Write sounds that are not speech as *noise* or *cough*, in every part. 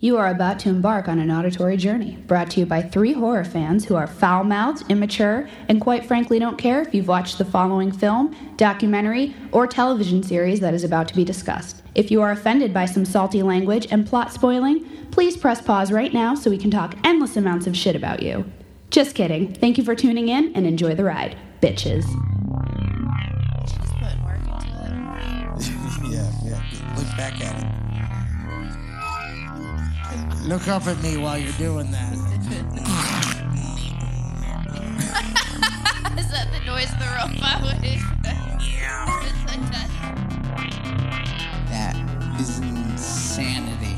You are about to embark on an auditory journey brought to you by three horror fans who are foul mouthed, immature, and quite frankly don't care if you've watched the following film, documentary, or television series that is about to be discussed. If you are offended by some salty language and plot spoiling, please press pause right now so we can talk endless amounts of shit about you. Just kidding. Thank you for tuning in and enjoy the ride, bitches. Just put work into it. yeah, yeah. Look back at it. Look up at me while you're doing that. Is that the noise the robot *laughs* would That is insanity.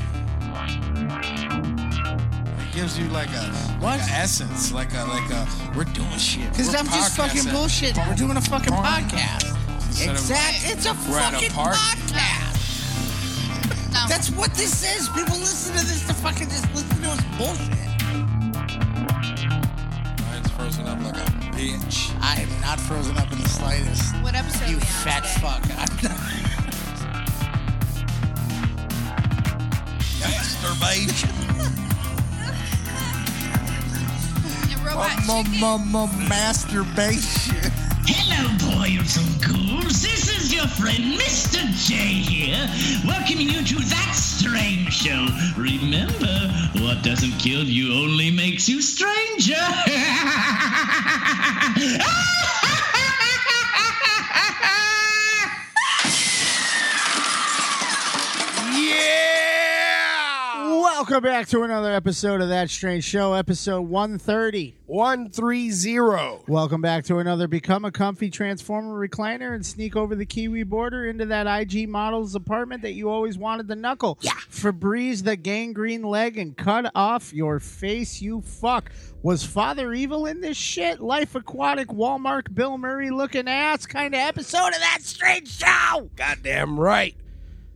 It gives you like a What? like a essence, like a like a we're doing shit. Because We're I'm just fucking podcasting. bullshit. We're doing a fucking podcast. Instead of- Exact. It's a We're at a fucking party. podcast. No. That's what this is. People listen to this to fucking just listen to us bullshit. Mine's frozen up like a bitch. I am not frozen up in the slightest. What episode You we on fat today? *laughs* fuck. I'm not. Masturbation. The robot chicken. Masturbation. Hello, boys and ghouls. This is your friend Mr. J here, welcoming you to that strange show. Remember, what doesn't kill you only makes you stranger. Yeah. Welcome back to another episode of That Strange Show, episode 130. One three zero. Welcome back to another Become a Comfy Transformer Recliner and sneak over the Kiwi border into that IG model's apartment that you always wanted to knuckle. Yeah. Febreze the gangrene leg and cut off your face, you fuck. Was Father Evil in this shit? Life Aquatic, Walmart, Bill Murray looking ass kind of episode of That Strange Show. Goddamn right.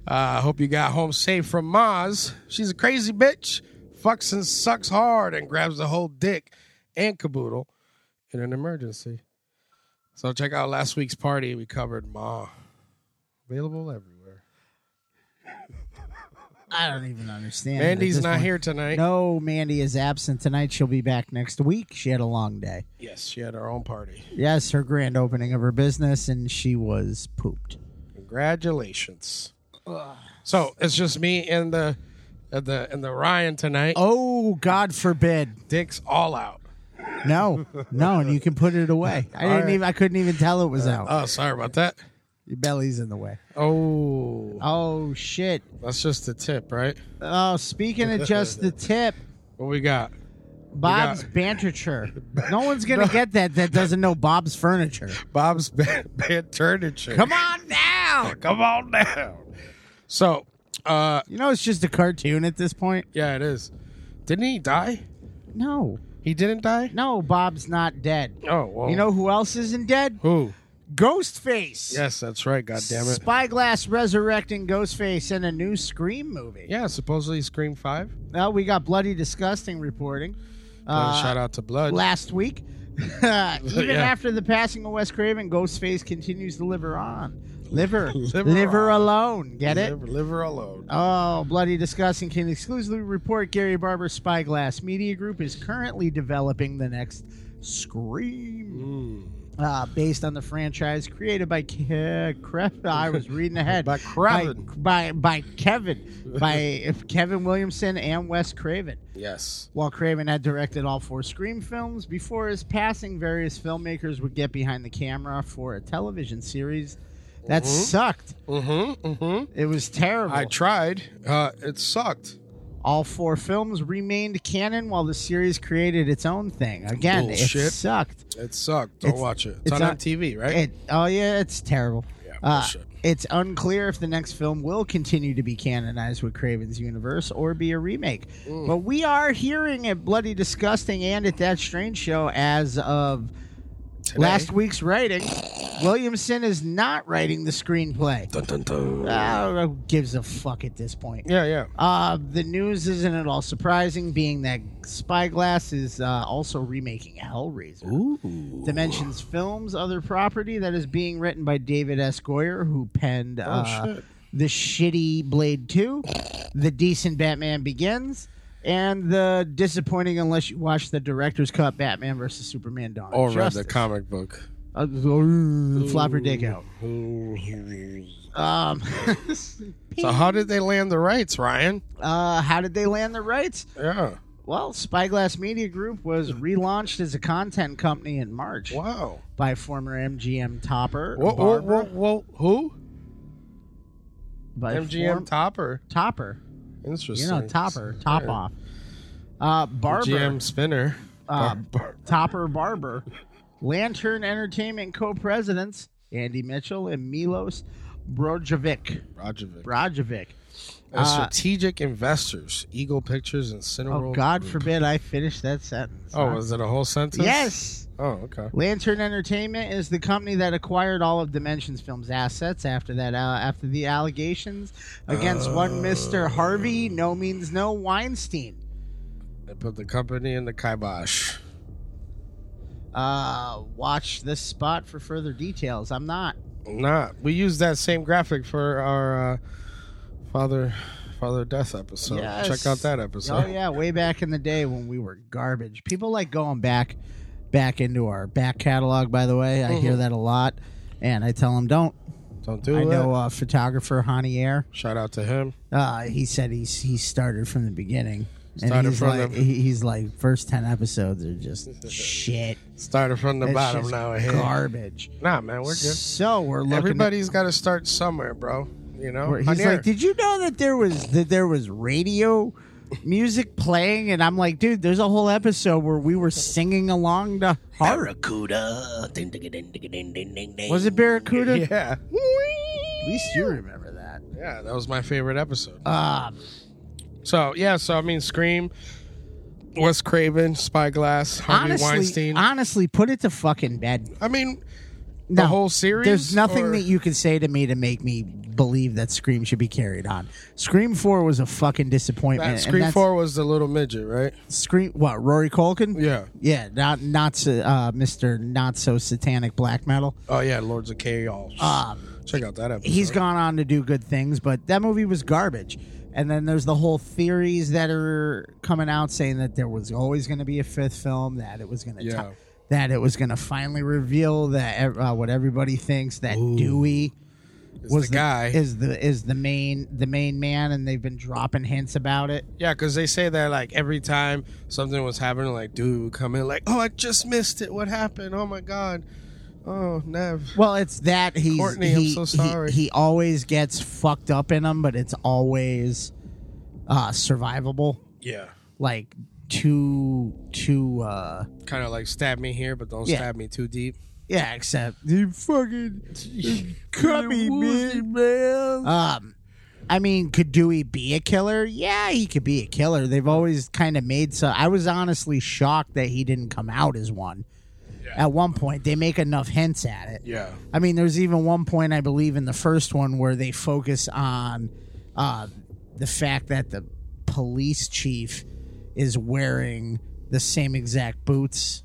I uh, hope you got home safe from Maz. She's a crazy bitch. Fucks and sucks hard and grabs the whole dick and caboodle in an emergency. So check out last week's party. We covered Ma. Available everywhere. I don't even understand. it at Mandy's this not point. here tonight. No, Mandy is absent tonight. She'll be back next week. She had a long day. Yes, she had her own party. Yes, her grand opening of her business, and she was pooped. Congratulations. So it's just me and the and the and the Ryan tonight. Oh, God forbid! Dick's all out. No, no, and you can put it *laughs* away. I didn't right. even. I couldn't even tell it was out. Oh, sorry about that. Your belly's in the way. Oh, Oh shit! that's just the tip, right? Oh, speaking of just the *laughs* tip, What we got? Bob's banterture. No one's *laughs* gonna get that that doesn't know Bob's furniture. Bob's *laughs* bad, bad turniture. Come on down. Oh, come on down. So, uh, You know it's just a cartoon at this point. yeah, it is. Didn't he die? No, He didn't die. no, Bob's not dead. Oh, well. You know who else isn't dead? who? Ghostface. Yes, that's right. God damn it. Spyglass resurrecting Ghostface in a new Scream movie. Yeah, supposedly Scream Five. Now we got bloody disgusting reporting Uh, shout out to Blood. last week. *laughs* Even Yeah. after the passing of Wes Craven, Ghostface continues to live on. Liver, *laughs* Liver liver, on. alone. Get it? Liver, liver alone. Oh, bloody disgusting! Can exclusively report Gary Barber Spyglass Media Group is currently developing the next Scream, Mm. uh, based on the franchise created by Ke- Cre- I was reading ahead *laughs* By Craven. by by, by Kevin by Kevin Williamson and Wes Craven. Yes. While Craven had directed all four Scream films, before his passing, various filmmakers would get behind the camera for a television series that sucked. Mm-hmm. Mm-hmm. It was terrible. I tried. Uh, it sucked. all four films remained canon while the series created its own thing. Again, it Bullshit. sucked. It sucked. Don't It's- watch it. It's, it's on not- MTV, right? It, oh, yeah, it's terrible. Yeah, Uh, bullshit. it's unclear if the next film will continue to be canonized with Craven's universe or be a remake. Mm. But we are hearing at Bloody Disgusting and at That Strange Show as of Today- last week's writing. Williamson is not writing the screenplay. Dun, dun, dun. Ah, who gives a fuck at this point? yeah, yeah. Uh, the news isn't at all surprising, being that Spyglass is uh, also remaking Hellraiser. Dimensions Films, other property that is being written by David S. Goyer, who penned uh, Oh, shit. the shitty Blade 2, the decent Batman Begins, and the disappointing unless you watch the director's cut Batman versus Superman Dawn. of Or read the Justice. comic book. Uh, ooh, flop your dick out. Um, *laughs* So how did they land the rights, Ryan? uh, how did they land the rights? Yeah. Well, Spyglass Media Group was relaunched as a content company in March Wow. by former MGM Topper. Whoa, whoa, Barbara, whoa, whoa. Who? by MGM form- Topper. Topper. You Interesting. know, Topper, Top Off. Uh, Barber, GM Spinner. Uh, Bar- bar- Topper Barber, Lantern Entertainment co-presidents Andy Mitchell and Milos Brojovic. Rajovic. Brojovic. And uh, strategic investors, Eagle Pictures and Cineworld. Oh, God Group. forbid I finish that sentence. Oh, is it a whole sentence? yes. Oh, okay. Lantern Entertainment is the company that acquired all of Dimensions Films' assets after that uh, after the allegations against one Mister Harvey No Means No Weinstein. They put the company in the kibosh. Uh, watch this spot for further details. I'm not. Nah, we used that same graphic for our uh, father, father death episode. Yes. Check out that episode. Oh yeah, way back in the day when we were garbage. People like going back, back into our back catalog. By the way, I Mm-hmm. hear that a lot, and I tell them don't. Don't do I it. know uh, photographer Hani Air. Shout out to him. Uh, he said he's he started from the beginning. And Started he's from like, the- he- he's like, first ten episodes are *laughs* just shit. Started from the It's bottom just now. Ahead. garbage. Nah, man, we're good. So we're looking. at- Everybody's got to start somewhere, bro. You know, Where he's Pioneer. like, "Did you know that there was that there was radio music playing?" And I'm like, "Dude, there's a whole episode where we were singing along to Har- Barracuda. Ding, ding, ding, ding, ding, ding, ding, ding. Was it Barracuda? *laughs* yeah, At least you remember that. yeah, that was my favorite episode. Uh, So yeah, so I mean, Scream, Wes Craven, Spyglass, Harvey honestly, Weinstein. honestly, put it to fucking bed. I mean, No, whole series, There's nothing or- that you can say to me to make me believe that Scream should be carried on. Scream Four was a fucking disappointment. that and Scream that's- Four was the little midget, right? Scream. What? Rory Culkin? Yeah. Yeah, not not so, uh, Mr. Not So Satanic Black Metal. Oh yeah, Lords of Chaos. Um, Check out that episode. he's gone on to do good things, but that movie was garbage. And then there's the whole theories that are coming out saying that there was always going to be a fifth film, that it was going to Yeah. that it was going to finally reveal that ev- uh, what everybody thinks that Dewey It's was the guy. is the is the main the main man, and they've been dropping hints about it. Yeah, because they say that like every time something was happening, like dude would come in, like, oh, I just missed it. What happened? Oh my god. Oh, Nev. Well, it's that he's Courtney, I'm he, he- so sorry. He, always gets fucked up in him, but it's always uh, survivable. Yeah. Like too too. Uh, Kind of like stab me here, but don't Yeah. stab me too deep. Yeah, except you fucking cut me, man. Um, I mean, could Dewey be a killer? Yeah, he could be a killer. They've always kind of made so. I was honestly shocked that he didn't come out as one. At one point, they make enough hints at it. Yeah. I mean, there's even one point I believe in the first one where they focus on uh, the fact that the police chief is wearing the same exact boots,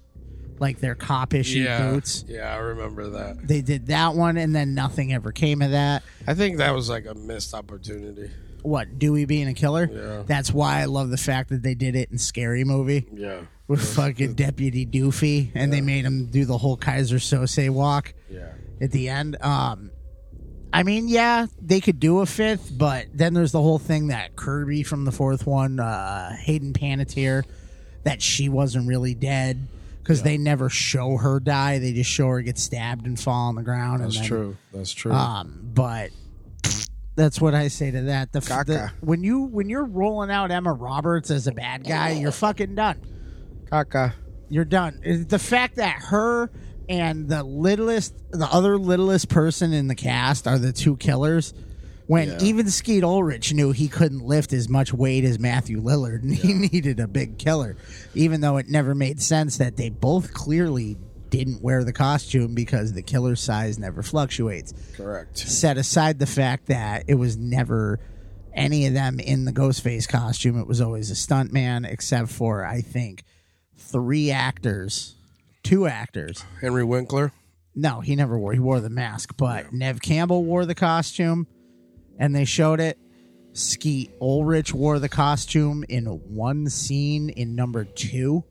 like their cop issue Yeah. boots. Yeah, I remember that. They did that one, and then nothing ever came of that. I think that was like a missed opportunity. What Dewey being a killer? Yeah. That's why I love the fact that they did it in Scary Movie Yeah. with fucking Deputy Doofy, and they made him do the whole Kaiser Sose walk. Yeah. at the end. Um, I mean, yeah, they could do a fifth, but then there's the whole thing that Kirby from the fourth one, uh, Hayden Panettiere, that she wasn't really dead because they never show her die. They just show her get stabbed and fall on the ground. That's and then, true. That's true. Um, but that's what I say to that. The, f- the Caca. when you when you're rolling out Emma Roberts as a bad guy, you're fucking done Kaka. you're done. Is The fact that her and the littlest, the other littlest person in the cast are the two killers. When Yeah. even Skeet Ulrich knew he couldn't lift as much weight as Matthew Lillard, *laughs* and he needed a big killer, even though it never made sense that they both clearly didn't wear the costume because the killer size never fluctuates Correct. set aside the fact that it was never any of them in the Ghostface costume. It was always a stuntman, except for, I think, three actors, two actors. Henry Winkler. No, he never wore. He wore the mask, but Nev Campbell wore the costume. and they showed it. Skeet Ulrich wore the costume in one scene in number 2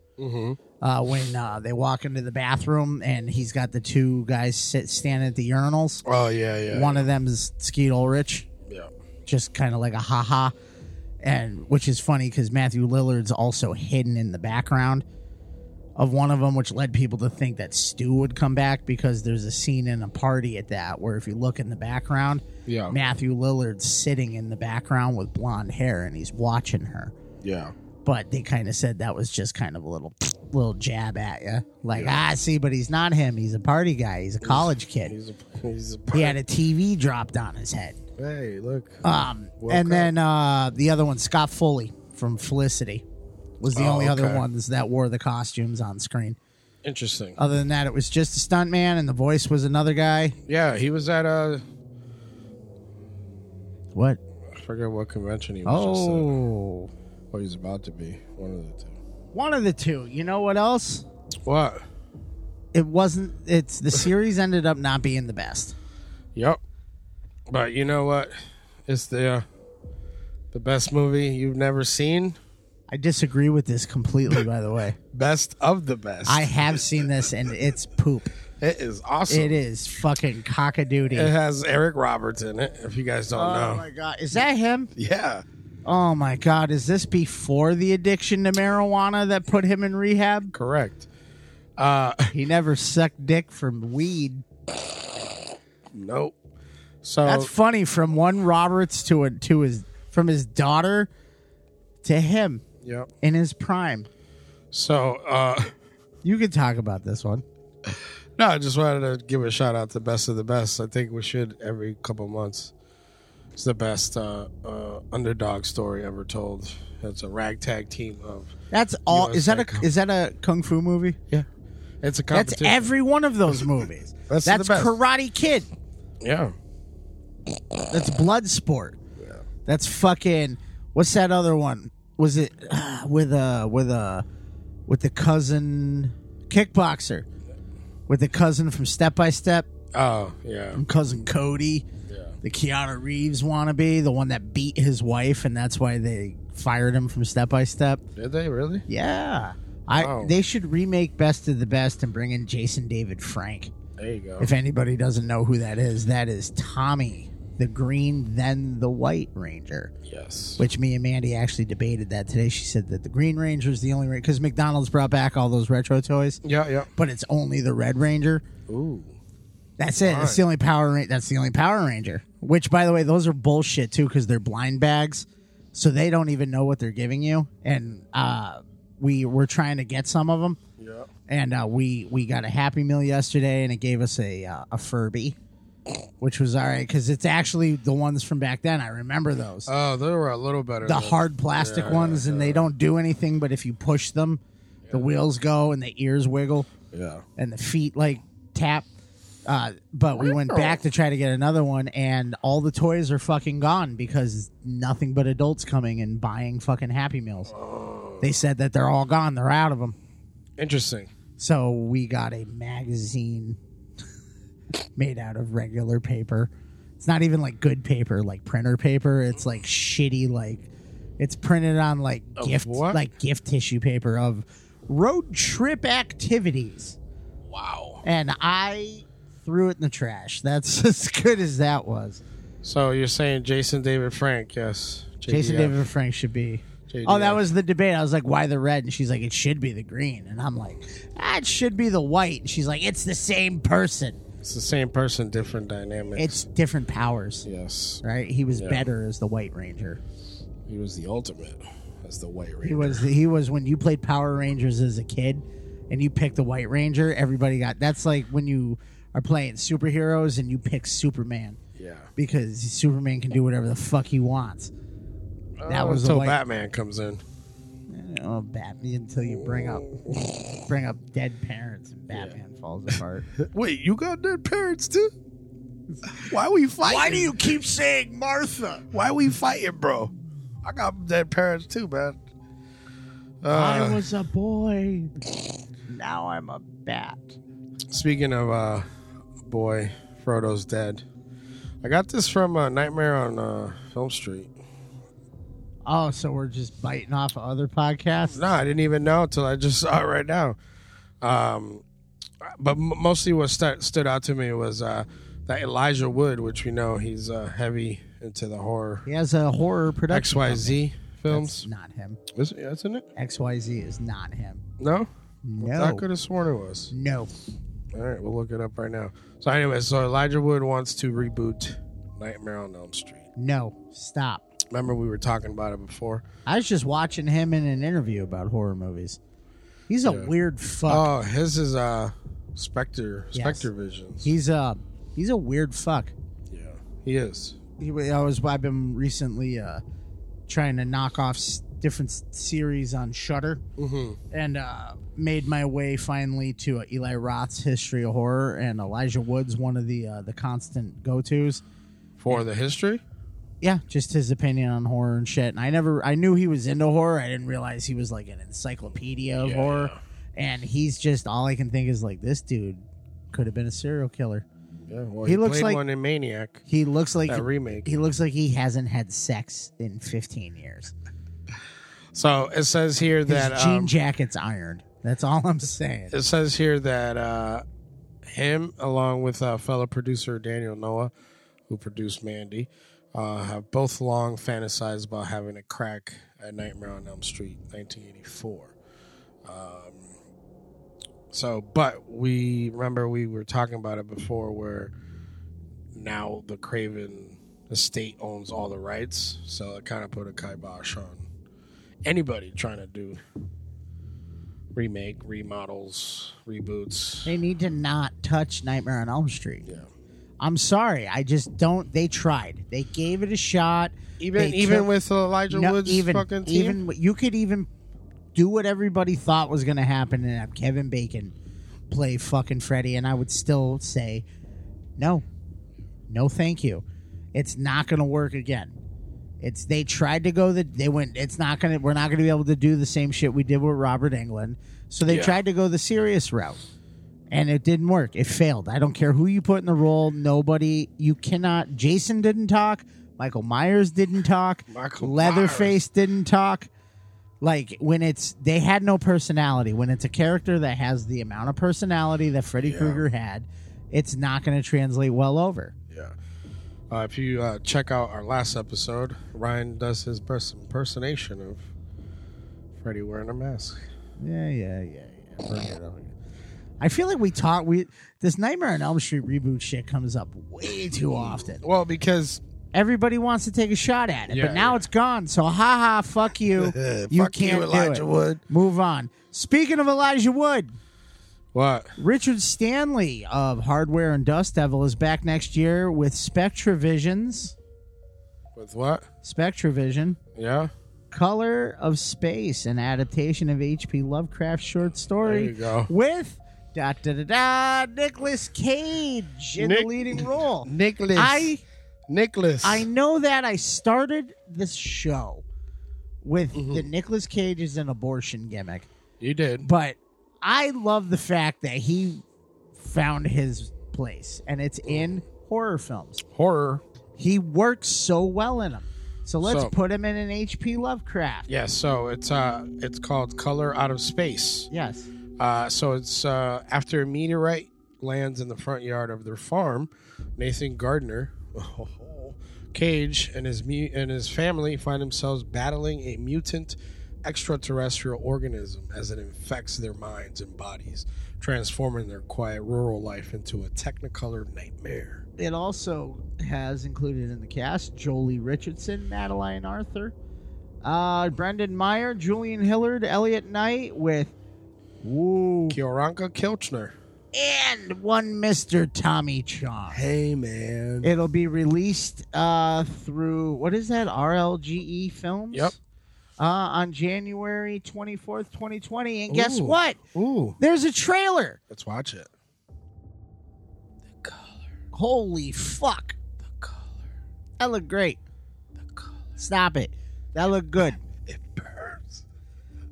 Uh, when uh, they walk into the bathroom and he's got the two guys sit standing at the urinals. Oh yeah, yeah. One of them is Skeet Ulrich, yeah. just kind of like a haha, and which is funny because Matthew Lillard's also hidden in the background of one of them, which led people to think that Stu would come back because there's a scene in a party at that where if you look in the background, Yeah. Matthew Lillard's sitting in the background with blonde hair and he's watching her. Yeah. But they kind of said that was just kind of a little little jab at you, like ah, see, but he's not him. He's a party guy. He's a college kid. He's a he's a He had a TV dropped on his head. *laughs* Hey, look. Um, Well, and okay. then uh, the other one, Scott Foley from Felicity, was the Oh, only other okay. ones that wore the costumes on screen. Interesting. Other than that, it was just a stunt man, and the voice was another guy. yeah, he was at uh, a What? I forget what convention he was just at. Oh, Or he's about to be. One of the two. one of the two. You know what else? What? It wasn't. It's the series ended up not being the best. Yep. But you know what? It's the uh, the best movie you've never seen. I disagree with this completely. By the *laughs* way, Best of the best. I have seen this, and it's poop. it is awesome. It is fucking *laughs* cockadoodie. It has Eric Roberts in it. If you guys don't know, Oh my god, is that him? yeah, Oh my God, is this before the addiction to marijuana that put him in rehab? correct. He never sucked dick from weed. Nope. So That's funny. From one Roberts to a, to his from his daughter to him yep. in his prime. So uh, *laughs* You could talk about this one. no, I just wanted to give a shout out to Best of the Best. I think we should every couple months. It's the best uh, uh, underdog story ever told. It's a ragtag team of That's all. are Is that a psycho. is that a kung fu movie? yeah. It's a That's competition. every one of those movies. That's the best. Karate Kid. yeah. That's Bloodsport. That's fucking. What's that other one? Was it *sighs* with a with a with the cousin kickboxer? With the cousin from Step by Step, Oh yeah. cousin Cody, the Keanu Reeves wannabe, the one that beat his wife, and that's why they fired him from Step by Step. Did they really? Yeah, I Wow. they should remake Best of the Best and bring in Jason David Frank. There you go. If anybody doesn't know who that is, that is Tommy, the green, then the white ranger. yes. Which me and Mandy actually debated that today. She said that the green ranger is the only because McDonald's brought back all those retro toys, Yeah. Yeah. but it's only the red ranger. Ooh. That's it. That's the only power. Ra- that's the only Power Ranger. Which, by the way, those are bullshit too because they're blind bags, so they don't even know what they're giving you. And uh, we were trying to get some of them. Yeah. And uh, we we got a Happy Meal yesterday, and it gave us a uh, a Furby, which was all right because it's actually the ones from back then. I remember those. Oh, they were a little better. the than- hard plastic Yeah, ones, and they don't do anything. But if you push them, the wheels go and the ears wiggle Yeah. and the feet like tap. Uh, but we went back to try to get another one, and all the toys are fucking gone because nothing but adults coming and buying fucking Happy Meals. They said that they're all gone; they're out of them. Interesting. So we got a magazine *laughs* made out of regular paper. It's not even like good paper, like printer paper. It's like shitty, like it's printed on like gift, what? like gift tissue paper of road trip activities Wow. and I threw it in the trash. That's *laughs* as good as that was. So you're saying Jason David Frank? Yes. Jason JDF. David Frank should be. JDF. Oh, that was the debate. I was like, "Why the red?" And she's like, "It should be the green." And I'm like, ah, "It should be the white." And she's like, "It's the same person. It's the same person, different dynamics. It's different powers, yes. right?" He was better as the White Ranger. He was the ultimate. That's the white He ranger. was. He was when you played Power Rangers as a kid, and you picked the White Ranger. Everybody got. That's like when you are playing superheroes and you pick Superman. Yeah. because Superman can do whatever the fuck he wants. That was the Uh, until way. Batman comes in. Oh, Batman! Until you bring up, bring up dead parents, and Batman falls *laughs* apart. Wait, you got dead parents too? Why we fighting? Why do you keep saying Martha? Why we fighting, bro? I got dead parents too, man. I was a boy. Now I'm a bat. Speaking of uh boy, Frodo's dead. I got this from uh, Nightmare on uh, Film Street. Oh, so we're just biting off of other podcasts? No, I didn't even know until I just *laughs* saw it right now. Um, but m- mostly what stu- stood out to me was uh, that Elijah Wood, which we know he's uh, heavy into the horror He has a horror X production. Y Z That's films. not him. Is it, isn't it? XYZ is not him. No, I No. could have sworn it was. No. All right, we'll look it up right now. So, anyway, so Elijah Wood wants to reboot Nightmare on Elm Street. No. Stop. Remember, we were talking about it before. I was just watching him in an interview about horror movies. He's a weird fuck. Oh, his is uh, Spectre, Yes. Spectre Visions. he's a he's a weird fuck. yeah, he is. He, I was I've been recently uh, trying to knock off s- different s- series on Shutter, Mm-hmm. and uh, made my way finally to uh, Eli Roth's History of Horror and Elijah Wood's one of the uh, the constant go tos. For the history? Yeah, just his opinion on horror and shit. And I never, I knew he was into horror. I didn't realize he was like an encyclopedia of horror. And he's just all I can think is like this dude could have been a serial killer. Yeah, well, He he, looks played like- one in Maniac, He looks like that remake. he looks like he hasn't had sex in 15 years. So it says here His that jean um, jacket's ironed. That's all *laughs* I'm saying. it says here that uh, him, along with uh, fellow producer Daniel Noah, who produced Mandy, uh, have both long fantasized about having a crack at Nightmare on Elm Street, 1984. Um, so, but we remember we were talking about it before, where now the Craven estate owns all the rights, so it kind of put a kibosh on anybody trying to do remake, remodels, reboots. They need to not touch Nightmare on Elm Street. Yeah. I'm sorry. I just don't. They tried. They gave it a shot. Even They even took- with Elijah No, Woods fucking team. even you could even do what everybody thought was going to happen and have Kevin Bacon play fucking Freddy, and I would still say no, no, thank you. It's not going to work again. It's they tried to go the they went. It's not going to. We're not going to be able to do the same shit we did with Robert Englund. So they Yeah. tried to go the serious route. And it didn't work. It failed. I don't care who you put in the role. Nobody. You cannot. Jason didn't talk. Michael Myers didn't talk. Michael Leatherface didn't talk. Like when it's they had no personality. When it's a character that has the amount of personality that Freddy Krueger had, it's not going to translate well over. yeah. Uh, if you uh, check out our last episode, Ryan does his best impersonation of Freddy wearing a mask. Yeah, yeah, yeah, yeah. Bring it up again. I feel like we talk. We this Nightmare on Elm Street reboot shit comes up way too often. Well, because Everybody wants to take a shot at it, Yeah, but now yeah. it's gone. So haha, fuck you. you *laughs* Fuck you, can't Elijah do it. Wood. Move on. Speaking of Elijah Wood, what? Richard Stanley of Hardware and Dust Devil is back next year with Spectravisions. With what? Spectravision. Yeah. Color of Space, an adaptation of H.P. Lovecraft's short story. There you go. With da da da da Nicolas Cage in Nick- the leading role. Nicholas. I Nicholas. I know that I started this show with Mm-hmm. the Nicolas Cage is an abortion gimmick, you did. but I love the fact that he found his place and it's in horror films. Horror. He works so well in them. So let's So- put him in an H.P. Lovecraft. Yeah, so it's uh it's called Color Out of Space. Yes. Uh, so it's uh, after a meteorite lands in the front yard of their farm, Nathan Gardner, *laughs* Cage, and his mu- and his family find themselves battling a mutant extraterrestrial organism as it infects their minds and bodies, transforming their quiet rural life into a technicolor nightmare. it also has included in the cast Jolie Richardson, Madeline Arthur, uh, Brendan Meyer, Julian Hillard, Elliot Knight, with woo, Kioranka Kilchner. and one Mr. Tommy Chong. Hey man. It'll be released uh, through what is that RLGE E Films? Yep. Uh, on January twenty fourth, twenty twenty, and guess Ooh. what? Ooh, There's a trailer. let's watch it. Holy fuck! The color. That looked great. The color. Stop it. That looked good. It burns.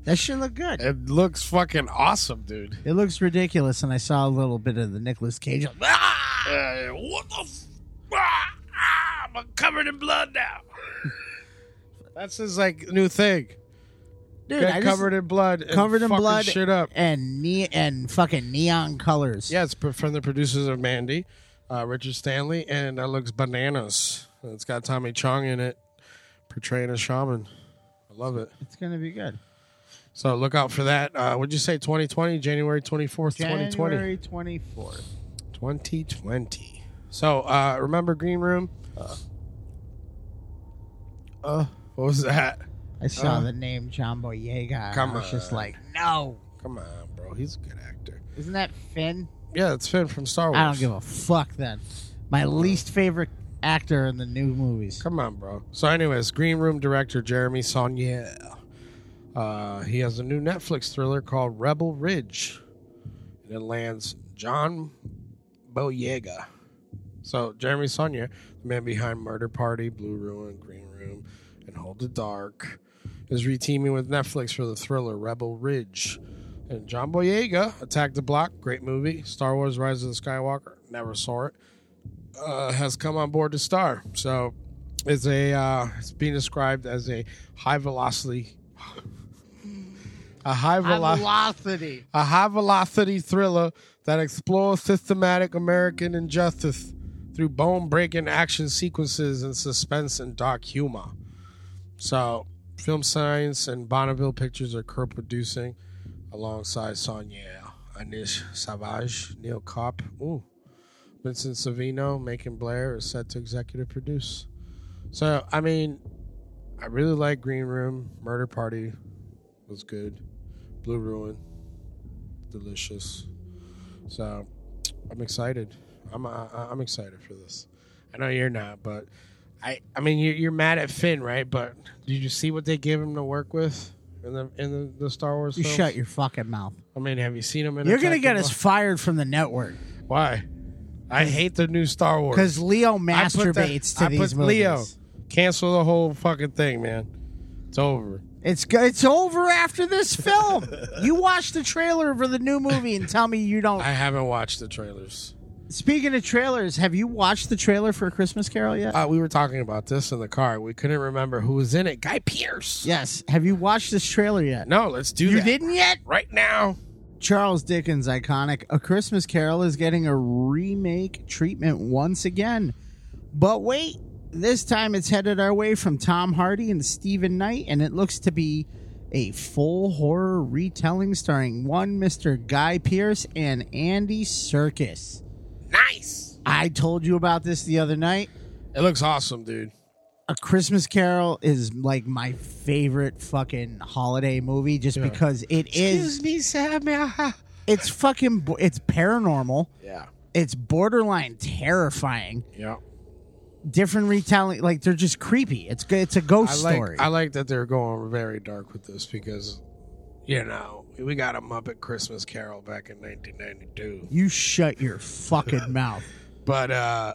That shit look good. It looks fucking awesome, dude. It looks ridiculous, and I saw a little bit of the Nicolas Cage. Ah, what the? F- ah, I'm covered in blood now. *laughs* That's his like new thing. Dude, Get I just- covered in blood. And covered in fucking blood Shit up. and ne- and fucking neon colors. Yeah, it's pr- from the producers of Mandy, uh, Richard Stanley, and that looks bananas. And It's got Tommy Chong in it, portraying a shaman. I love it. It's gonna be good. So look out for that. Uh, what'd you say? 2020, January 24th, 2020. January twenty fourth. 2020. So uh, remember Green Room? Uh, what was that? I saw the name John Boyega. Come Come I was just on. like, no. Come on, bro. He's a good actor. Isn't that Finn? Yeah, it's Finn from Star Wars. I don't give a fuck then. My least favorite actor in the new movies. Come on, bro. So, anyways, Green Room director Jeremy Saunier. Uh, he has a new Netflix thriller called Rebel Ridge. And it lands John Boyega. So, Jeremy Saunier, the man behind Murder Party, Blue Ruin, Green Room, and Hold the Dark, is reteaming with Netflix for the thriller Rebel Ridge. And John Boyega, Attack the Block, great movie. Star Wars Rise of the Skywalker, never saw it. Uh, has come on board to star. So, it's a uh, it's being described as a high velocity *sighs* a high velocity Velocity. a high velocity thriller that explores systematic American injustice through bone breaking action sequences and suspense and dark humor. So, Film Science and Bonneville Pictures are co producing alongside Sonia Anish Savage, Neil Kopp, ooh, Vincent Savino, Macon Blair is set to executive produce. So, I mean, I really like Green Room. Murder Party was good. Blue Ruin, delicious. So I'm excited. I'm uh, I'm excited for this. I know you're not, but I I mean you're, you're mad at Finn, right? But did you see what they give him to work with in the in the, the Star Wars? You films? shut your fucking mouth. I mean, have you seen him? In You're gonna Attack get of us Block- fired from the network Why? I hate the new Star Wars. because Leo I put that- masturbates to I these put movies. Leo, cancel the whole fucking thing, man. It's over. It's go- it's over after this *laughs* film. you watch the trailer for the new movie and tell me you don't. I haven't watched the trailers. Speaking of trailers, have you watched the trailer for Christmas Carol yet? Uh, we were talking about this in the car. We couldn't remember who was in it. Guy Pierce. yes. Have you watched this trailer yet? No, let's do you that. didn't yet. right now. Charles Dickens' iconic A Christmas Carol is getting a remake treatment once again. But wait, this time it's headed our way from Tom Hardy and Stephen Knight, and it looks to be a full horror retelling starring one Mr. Guy Pearce and Andy Serkis. Nice. I told you about this the other night. It looks awesome, dude. A Christmas Carol is like my favorite fucking holiday movie just because it is me, Samuel. it's fucking bo- it's paranormal. *laughs* Yeah. it's borderline terrifying. Yeah. Different retelling, like they're just creepy. It's good. It's a ghost I like story. I like that they're going very dark with this because you know, we got a Muppet Christmas Carol back in 1992. you shut your fucking mouth. But uh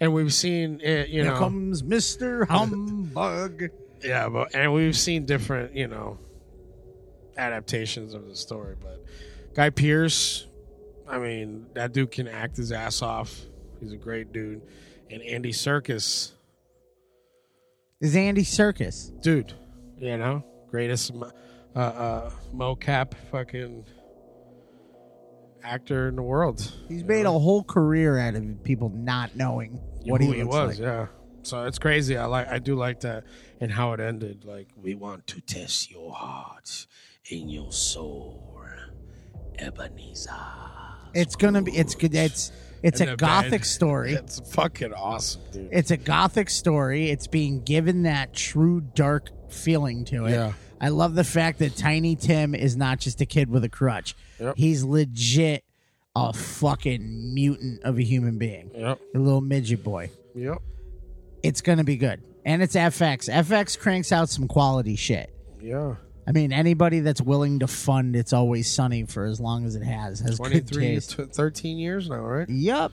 and we've seen it, you Here know. comes Mister Humbug. Yeah, but and we've seen different, you know, adaptations of the story. But Guy Pierce, I mean, that dude can act his ass off. He's a great dude. And Andy Circus, Is Andy Circus? dude, you know, greatest mo- uh, uh, mocap fucking actor in the world. He's made a whole career out of people not knowing what Who he, looks was, like. yeah. So it's crazy. I like, I do like that, and how it ended. Like we want to test your heart and your soul, Ebenezer. It's gonna be. It's good. It's it's And a the gothic band. story. It's *laughs* fucking awesome, dude. It's a gothic story. It's being given that true dark feeling to it. Yeah. I love the fact that Tiny Tim is not just a kid with a crutch. Yep. He's legit a fucking mutant of a human being. yep, A little midget boy. yep, It's going to be good. And it's FX. FX cranks out some quality shit. yeah. I mean, anybody that's willing to fund It's Always Sunny for as long as it has has good 23, taste. t- 13 years now, right? Yup.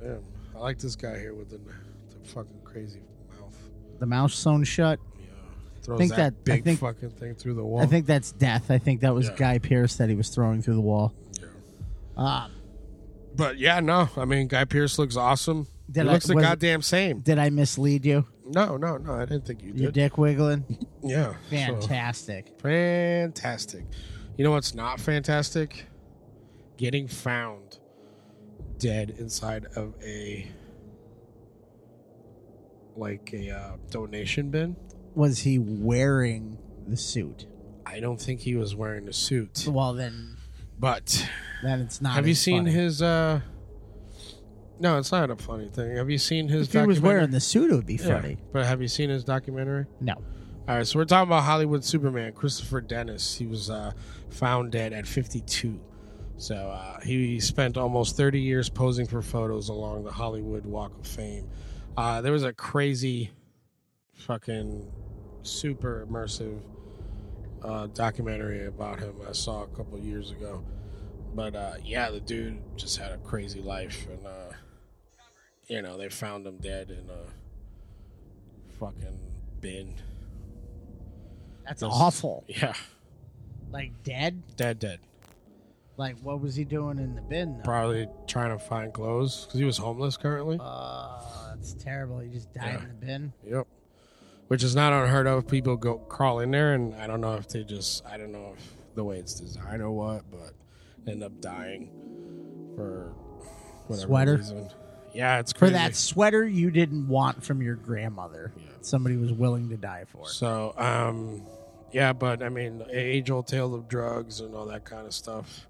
Damn, I like this guy here with the, the fucking crazy mouth. The mouth sewn shut. Yeah, throws Think that, that- I big think- fucking thing through the wall. I think that's death. I think that was Yeah. Guy Pierce that he was throwing through the wall. But yeah, no, I mean, Guy Pierce looks awesome. Did It looks the was- goddamn same. Did I mislead you? No, no, no. I didn't think you did. Your dick wiggling? Yeah. *laughs* so- Fantastic. fantastic. You know what's not fantastic? Getting found dead inside of a like a uh, donation bin. Was he wearing the suit? I don't think he was wearing a suit, Well, then, but then it's not. Have you as seen funny. his? uh No, it's not a funny thing. Have you seen his? If he was documentary? wearing the suit, it would be Yeah, funny. But have you seen his documentary? No. All right, so we're talking about Hollywood Superman Christopher Dennis. He was uh, found dead at 52. So uh, he spent almost 30 years posing for photos along the Hollywood Walk of Fame. Uh, there was a crazy, fucking, super immersive uh, documentary about him I saw a couple years ago. But uh, yeah, the dude just had a crazy life, and uh, you know they found him dead in a fucking bin. That's Those- awful. Yeah, Like dead. dead, dead. Like what was he doing in the bin? Though? Probably trying to find clothes because he was homeless currently. Uh, that's terrible. He just died Yeah. in the bin. Yep. Which is not unheard of. People go crawl in there, and I don't know if they just, I don't know if the way it's designed or what, but end up dying for whatever Sweater? reason. Yeah, it's For crazy. that sweater you didn't want from your grandmother, somebody was willing to die for. So, um, yeah, but I mean, age old tale of drugs and all that kind of stuff.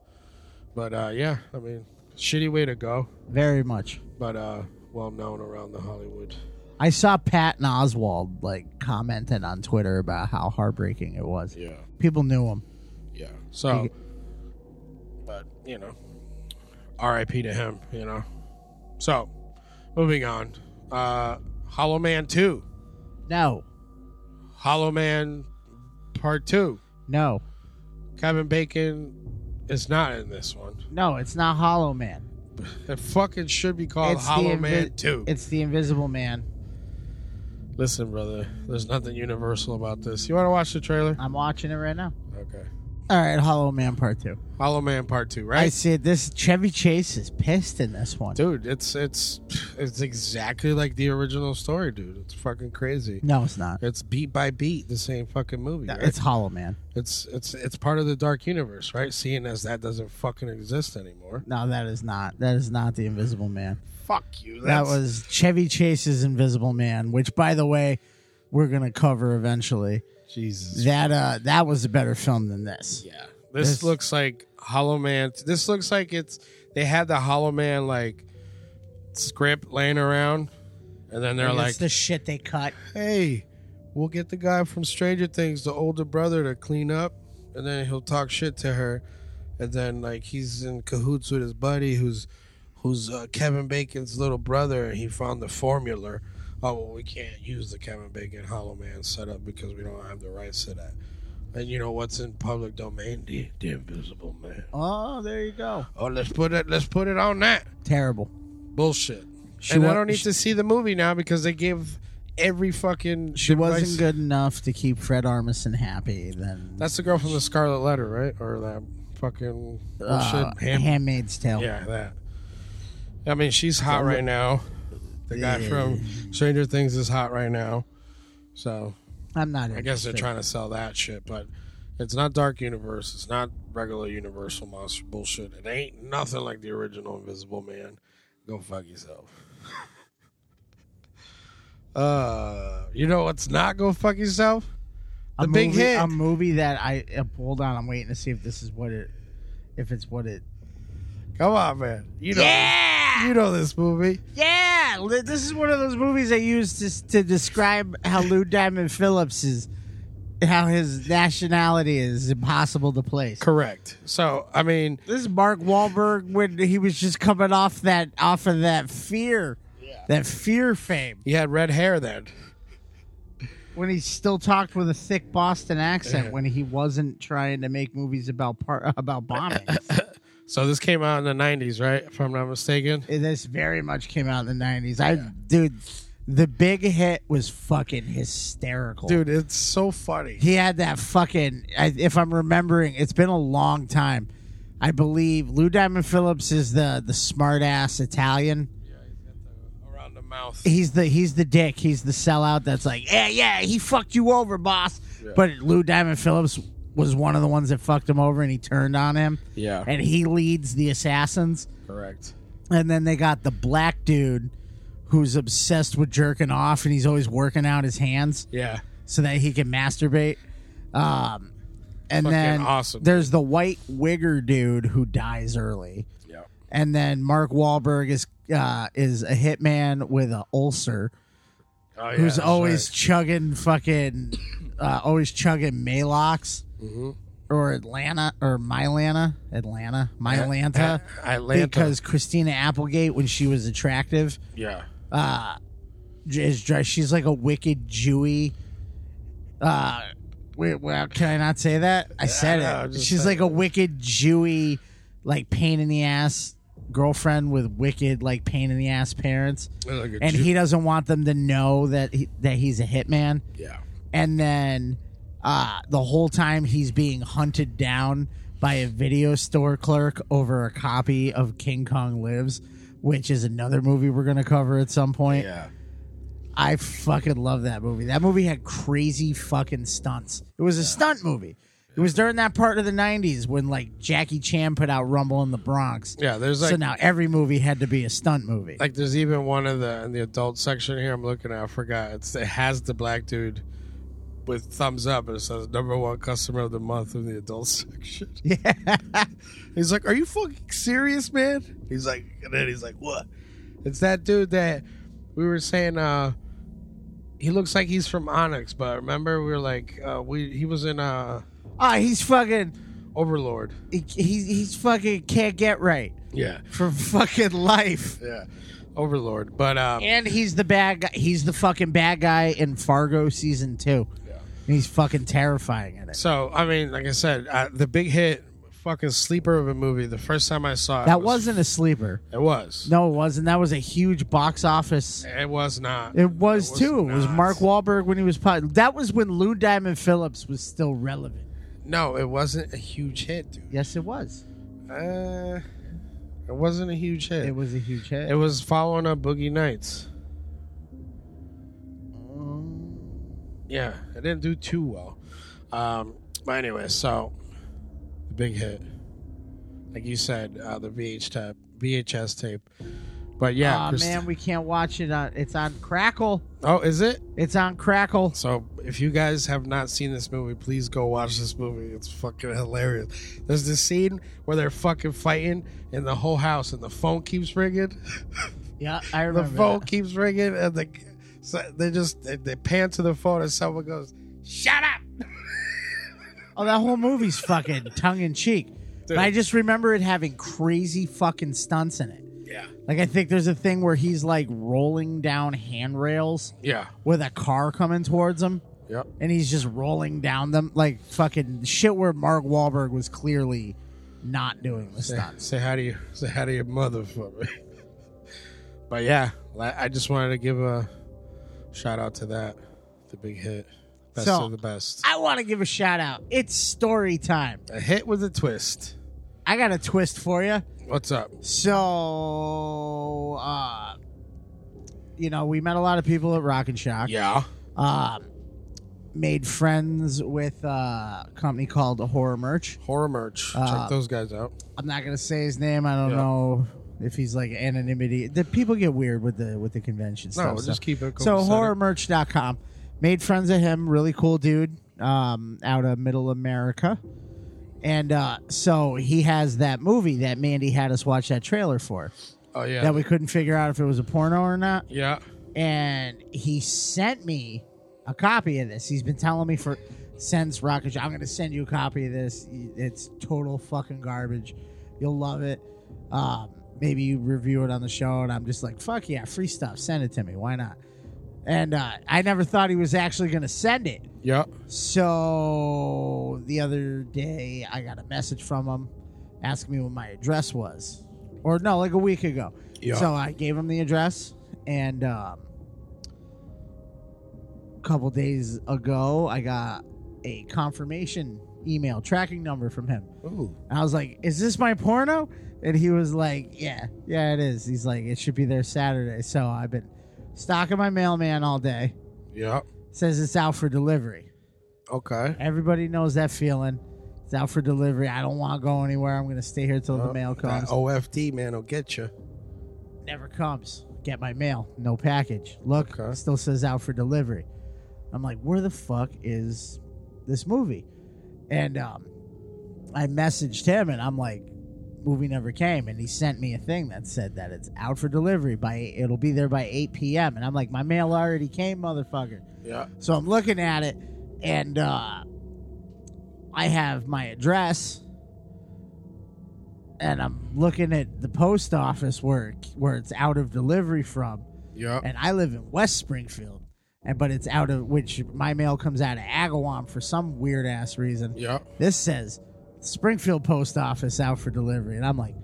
But uh, yeah, I mean, shitty way to go, Very much. but uh, well known around the Hollywood. I saw Patton Oswald like commented on Twitter about how heartbreaking it was. Yeah. People knew him. Yeah. So, but you know, R.I.P. to him. You know. So, moving on. Uh, Hollow Man Two, No, Hollow Man Part Two. no, Kevin Bacon is not in this one. no. It's not Hollow Man. It fucking should be called it's Oh, Hollow the Man Invi- Two. It's the Invisible Man. Listen, brother. There's nothing universal about this. You want to watch the trailer? I'm watching it right now. Okay. All right, Hollow Man Part Two. Hollow Man Part Two, I, right? see it. This Chevy Chase is pissed in this one. Dude, it's it's it's exactly like the original story, dude. It's fucking crazy. No, it's not. It's beat by beat the same fucking movie. No, right? It's Hollow Man. It's it's it's part of the dark universe, right? Seeing as that doesn't fucking exist anymore. No, that is not. That is not the Invisible Man. Fuck you. That was Chevy Chase's Invisible Man, which, by the way, we're gonna cover eventually. Jesus. That uh, that was a better film than this. yeah. This, This- looks like Hollow Man. This looks like it's they had the Hollow Man like script laying around, and then they're That's like, the shit they cut. "Hey, we'll get the guy from Stranger Things, the older brother, to clean up, and then he'll talk shit to her, and then like he's in cahoots with his buddy, who's who's uh, Kevin Bacon's little brother, and he found the formula. Oh, well, we can't use the Kevin Bacon Hollow Man setup because we don't have the rights to that. And you know what's in public domain? The, the Invisible Man. Oh, there you go. Oh, let's put it. Let's put it on that Terrible. bullshit. She and I wa- don't need she- to see the movie now because they give every fucking. She wasn't device- good enough to keep Fred Armisen happy. Then That's the girl from the Scarlet Letter, right? Or that fucking bullshit. uh, Ham- Handmaid's Tale. yeah, that. I mean, she's hot right now. The guy Yeah. from Stranger Things is hot right now. So I'm not. I guess they're interested. trying to sell that shit, but it's not Dark Universe. It's not regular Universal Monster bullshit. It ain't nothing like the original Invisible Man. Go fuck yourself. *laughs* uh, you know what's not go fuck yourself? a the big movie, hit. A movie that I uh, hold on. I'm waiting to see if this is what it. If it's what it. Come on, man. You know, you know this movie. Yeah, li- this is one of those movies I use to s- to describe how Lou Diamond Phillips is, how his nationality is impossible to place. Correct. So I mean, This is Mark Wahlberg when he was just coming off that off of that fear, that fear fame he had red hair then. when he still talked with a thick Boston accent Yeah. when he wasn't trying to make movies about par- *laughs* about bombing. *laughs* So this came out in the '90s, right? If I'm not mistaken. this very much came out in the nineties. I dude, the big hit was fucking hysterical, Dude, it's so funny. He had that fucking. I, if I'm remembering, it's been a long time. I believe Lou Diamond Phillips is the the smart ass Italian. Around the mouth. he's the he's the dick. He's the sellout. That's like, yeah, yeah, he fucked you over, boss. But Lou Diamond Phillips was one of the ones that fucked him over, and he turned on him. Yeah. and he leads the assassins. Correct. And then they got the black dude who's obsessed with jerking off, and he's always working out his hands Yeah. so that he can masturbate. Um, and Fucking then awesome. there's the white wigger dude who dies early. Yeah. And then Mark Wahlberg is uh, is a hitman with an ulcer Oh, yeah, who's that's always right. chugging fucking, uh, always chugging Malox Mm-hmm. or Atlanta or Mylana, Atlanta, Mylanta, Atlanta. because Christina Applegate when she was attractive yeah. is dressed. She's like a wicked Jewy. Uh, wait, well, can I not say that? I said no, it. just She's say like a wicked Jewy, like pain in the ass girlfriend with wicked like pain in the ass parents, Like a and Jew- he doesn't want them to know that he, that he's a hitman. Yeah. And then uh, the whole time he's being hunted down by a video store clerk over a copy of King Kong Lives, which is another movie we're going to cover at some point. Yeah. I fucking love that movie. That movie had crazy fucking stunts. It was a stunt movie. It was during that part of the '90s when like Jackie Chan put out Rumble in the Bronx. Yeah. There's like so now every movie had to be a stunt movie. *laughs* like there's even one of the in the adult section here I'm looking at I forgot it's it has the black dude with thumbs up and it says number one customer of the month in the adult *laughs* section. Yeah. he's like, Are you fucking serious, man? He's like and then he's like, What? It's that dude that we were saying uh he looks like he's from Onyx, but remember we were like uh we he was in uh oh, he's fucking Overlord. he, he's he's fucking can't get right Yeah. from fucking life. Yeah. Overlord. But um And he's the bad guy. He's the fucking bad guy in Fargo season two. And he's fucking terrifying in it. So I mean, like I said, uh, the big hit, fucking sleeper of a movie. The first time I saw it, That wasn't a sleeper. It was. No, it wasn't. That was a huge box office. it was not. It was, too. It was not. Mark Wahlberg when he was po- that was when Lou Diamond Phillips was still relevant. No, it wasn't a huge hit, dude. Yes, it was. Uh, it wasn't a huge hit. It was a huge hit. It was following up Boogie Nights. Yeah, it didn't do too well. Um, but anyway, so the big hit, like you said, uh, the VH tape, VHS tape. But yeah, Aw, Christi- man, we can't watch it. On, it's on Crackle. oh, is it? It's on Crackle. So if you guys have not seen this movie, please go watch this movie. It's fucking hilarious. There's this scene where they're fucking fighting in the whole house, and the phone keeps ringing. Yeah, I The remember. phone that. keeps ringing, and the so they just they, they pan to the phone, and someone goes, "Shut up!" Oh, that whole movie's fucking tongue in cheek. But Dude. I just remember it having crazy fucking stunts in it. Yeah, Like I think there's a thing where he's like rolling down handrails yeah, with a car coming towards him, yep, and he's just rolling down them like fucking shit. Where Mark Wahlberg was clearly not doing the Say, stunts. say hi to you. Say hi to your mother for me. *laughs* but yeah, li- I just wanted to give a shout out to that, the big hit, best So- of the best. I want to give a shout out. It's story time. A hit with a twist. I got a twist for you. What's up? So, uh, you know, we met a lot of people at Rock and Shock. Yeah. um, made friends with uh, a company called Horror Merch. Horror merch. Uh, Check those guys out. I'm not gonna say his name. I don't Yeah. know if he's like anonymity. The people get weird with the with the convention No, stuff. we'll so. just keep it cool. So Set it- horrormerch.com. Made friends of him. Really cool dude. Um, out of Middle America. And uh, so he has that movie that Mandy had us watch that trailer for Oh yeah. that we couldn't figure out if it was a porno or not. yeah. and he sent me a copy of this. He's been telling me for since Rocket. Sh- I'm gonna send you a copy of this. It's total fucking garbage. You'll love it. Um, maybe you review it on the show, and I'm just like, fuck yeah, free stuff. Send it to me. Why not? And uh, I never thought he was actually gonna send it. Yeah. So the other day, I got a message from him asking me what my address was, or no, like a week ago. Yeah. So I gave him the address, and um, a couple days ago, I got a confirmation email tracking number from him. Ooh. And I was like, "Is this my porno?" And he was like, "Yeah, yeah, it is." He's like, "It should be there Saturday." So I've been, Stocking my mailman all day. Yeah. Says it's out for delivery. Okay. Everybody knows that feeling. It's out for delivery. I don't want to go anywhere. I'm going to stay here till the mail That comes. OFD man will get you. Never comes. Get my mail. No package. Look, Okay. it still says out for delivery. I'm like, where the fuck is this movie? And um, I messaged him and I'm like, movie never came. And he sent me a thing that said that it's out for delivery by it'll be there by 8 p.m. And I'm like, my mail already came, motherfucker. Yeah. So I'm looking at it, and uh, I have my address, and I'm looking at the post office where where it's out of delivery from, Yeah. and I live in West Springfield, and but it's out of which my mail comes out of Agawam for some weird ass reason. Yeah. This says Springfield post office out for delivery, and I'm like.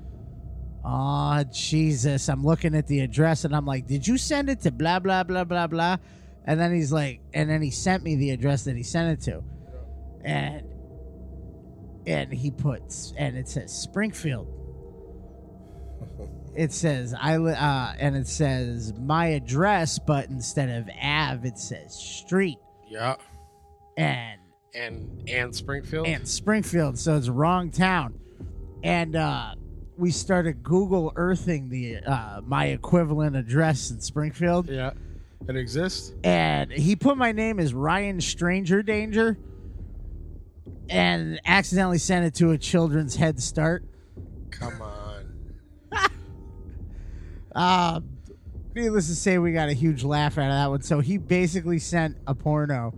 Oh Jesus! I'm looking at the address and I'm like, "Did you send it to blah blah blah blah blah?" And then he's like, and then he sent me the address that he sent it to, and and he puts and it says Springfield. It says I li- uh, and it says my address, but instead of Ave, it says Street Yeah. and And and Springfield. and Springfield, so it's wrong town. And uh, we started Google Earthing the uh, my equivalent address in Springfield, yeah. It exists. and he put my name as Ryan Stranger Danger, and accidentally sent it to a Children's Head Start. Come on. Uh, needless to say, we got a huge laugh out of that one. So he basically sent a porno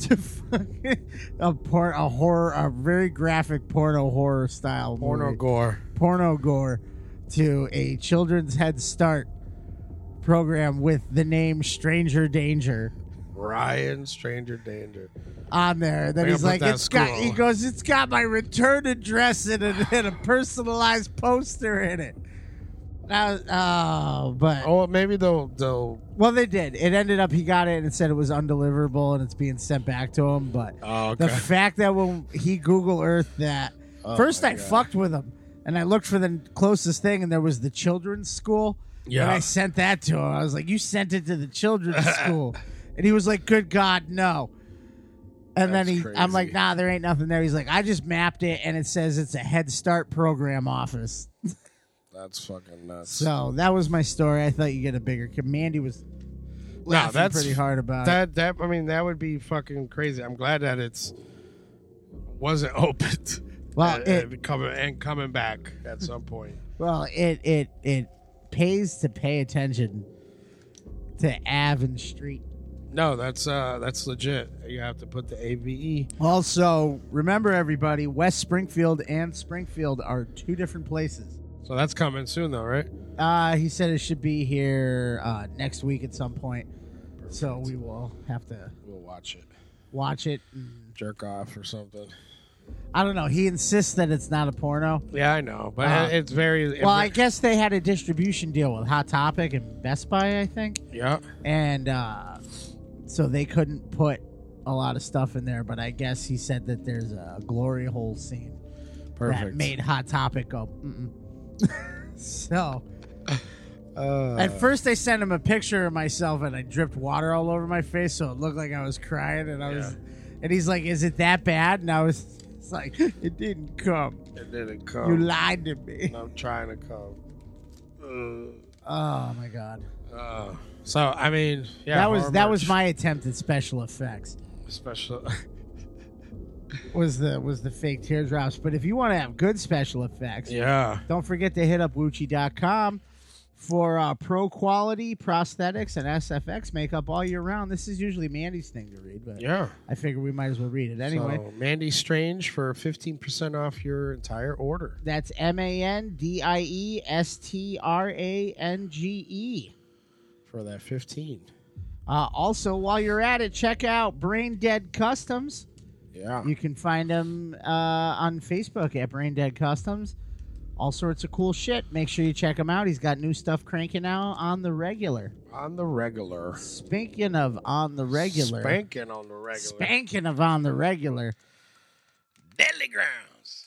to *laughs* fucking a por- a horror, a very graphic porno horror style Porno movie. gore. porno gore to a children's head start program with the name stranger danger Ryan Stranger Danger. on there that We're he's gonna like put that it's got scroll. he goes it's got my return address in it and a personalized poster in it And I was- oh but Oh, maybe they'll they'll. well they did it ended up he got it and it said it was undeliverable and it's being sent back to him but Oh, The fact that when he Google Earth that first I fucked with him and I looked for the closest thing and there was the children's school. Yeah. And I sent that to him. I was like, You sent it to the *laughs* children's school. And he was like, Good God, no. And That's then he I'm crazy. like, nah, there ain't nothing there. He's like, I just mapped it and it says it's a head start program office. That's fucking nuts. So that was my story. I thought you get a bigger Mandy was no, laughing that's pretty hard about it. That that I mean that would be fucking crazy. I'm glad that it's wasn't *laughs* opened. Well, and, it- and coming and coming back *laughs* at some point. Well, it it it pays to pay attention to Ave and Street. No, that's uh that's legit. You have to put the E. AVE. Also, remember everybody, West Springfield and Springfield are two different places. So that's coming soon though, right? Uh, he said it should be here uh, next week at some point. So we will have to We'll watch it. watch it. Jerk off or something. I don't know. He insists that it's not a porno. Yeah, I know, but Uh, it- it's very. Well, I guess they had a distribution deal with Hot Topic and Best Buy, I think. yeah, and uh, so they couldn't put a lot of stuff in there. But I guess he said that there's a glory hole scene that perfect. made Hot Topic go. Mm-mm. *laughs* so uh, at first I sent him a picture of myself, and I dripped water all over my face, so it looked like I was crying. And I was, and he's like, "Is it that bad?" And I was. It's like it didn't come. it didn't You come. lied to me. I'm trying to come. Oh my god, Uh, uh, so I mean, yeah, that was horror that was merch. my attempt at special effects. special. *laughs* Was the was the fake teardrops? But if you want to have good special effects, yeah, Don't forget to hit up Wuchi.com for uh, pro quality prosthetics and SFX makeup all year round. This is usually Mandy's thing to read, but yeah. I figure we might as well read it anyway. So, Mandy Strange for 15% off your entire order. That's M A N D I E S T R A N G E. For that 15. Uh, also, while you're at it, check out Brain Dead Customs. Yeah. You can find them uh, on Facebook at Brain Dead Customs. All sorts of cool shit. Make sure you check him out. He's got new stuff cranking out on the regular. On the regular. Speaking of on the regular, Spanking on the regular. spanking of on the regular. Deadly grounds.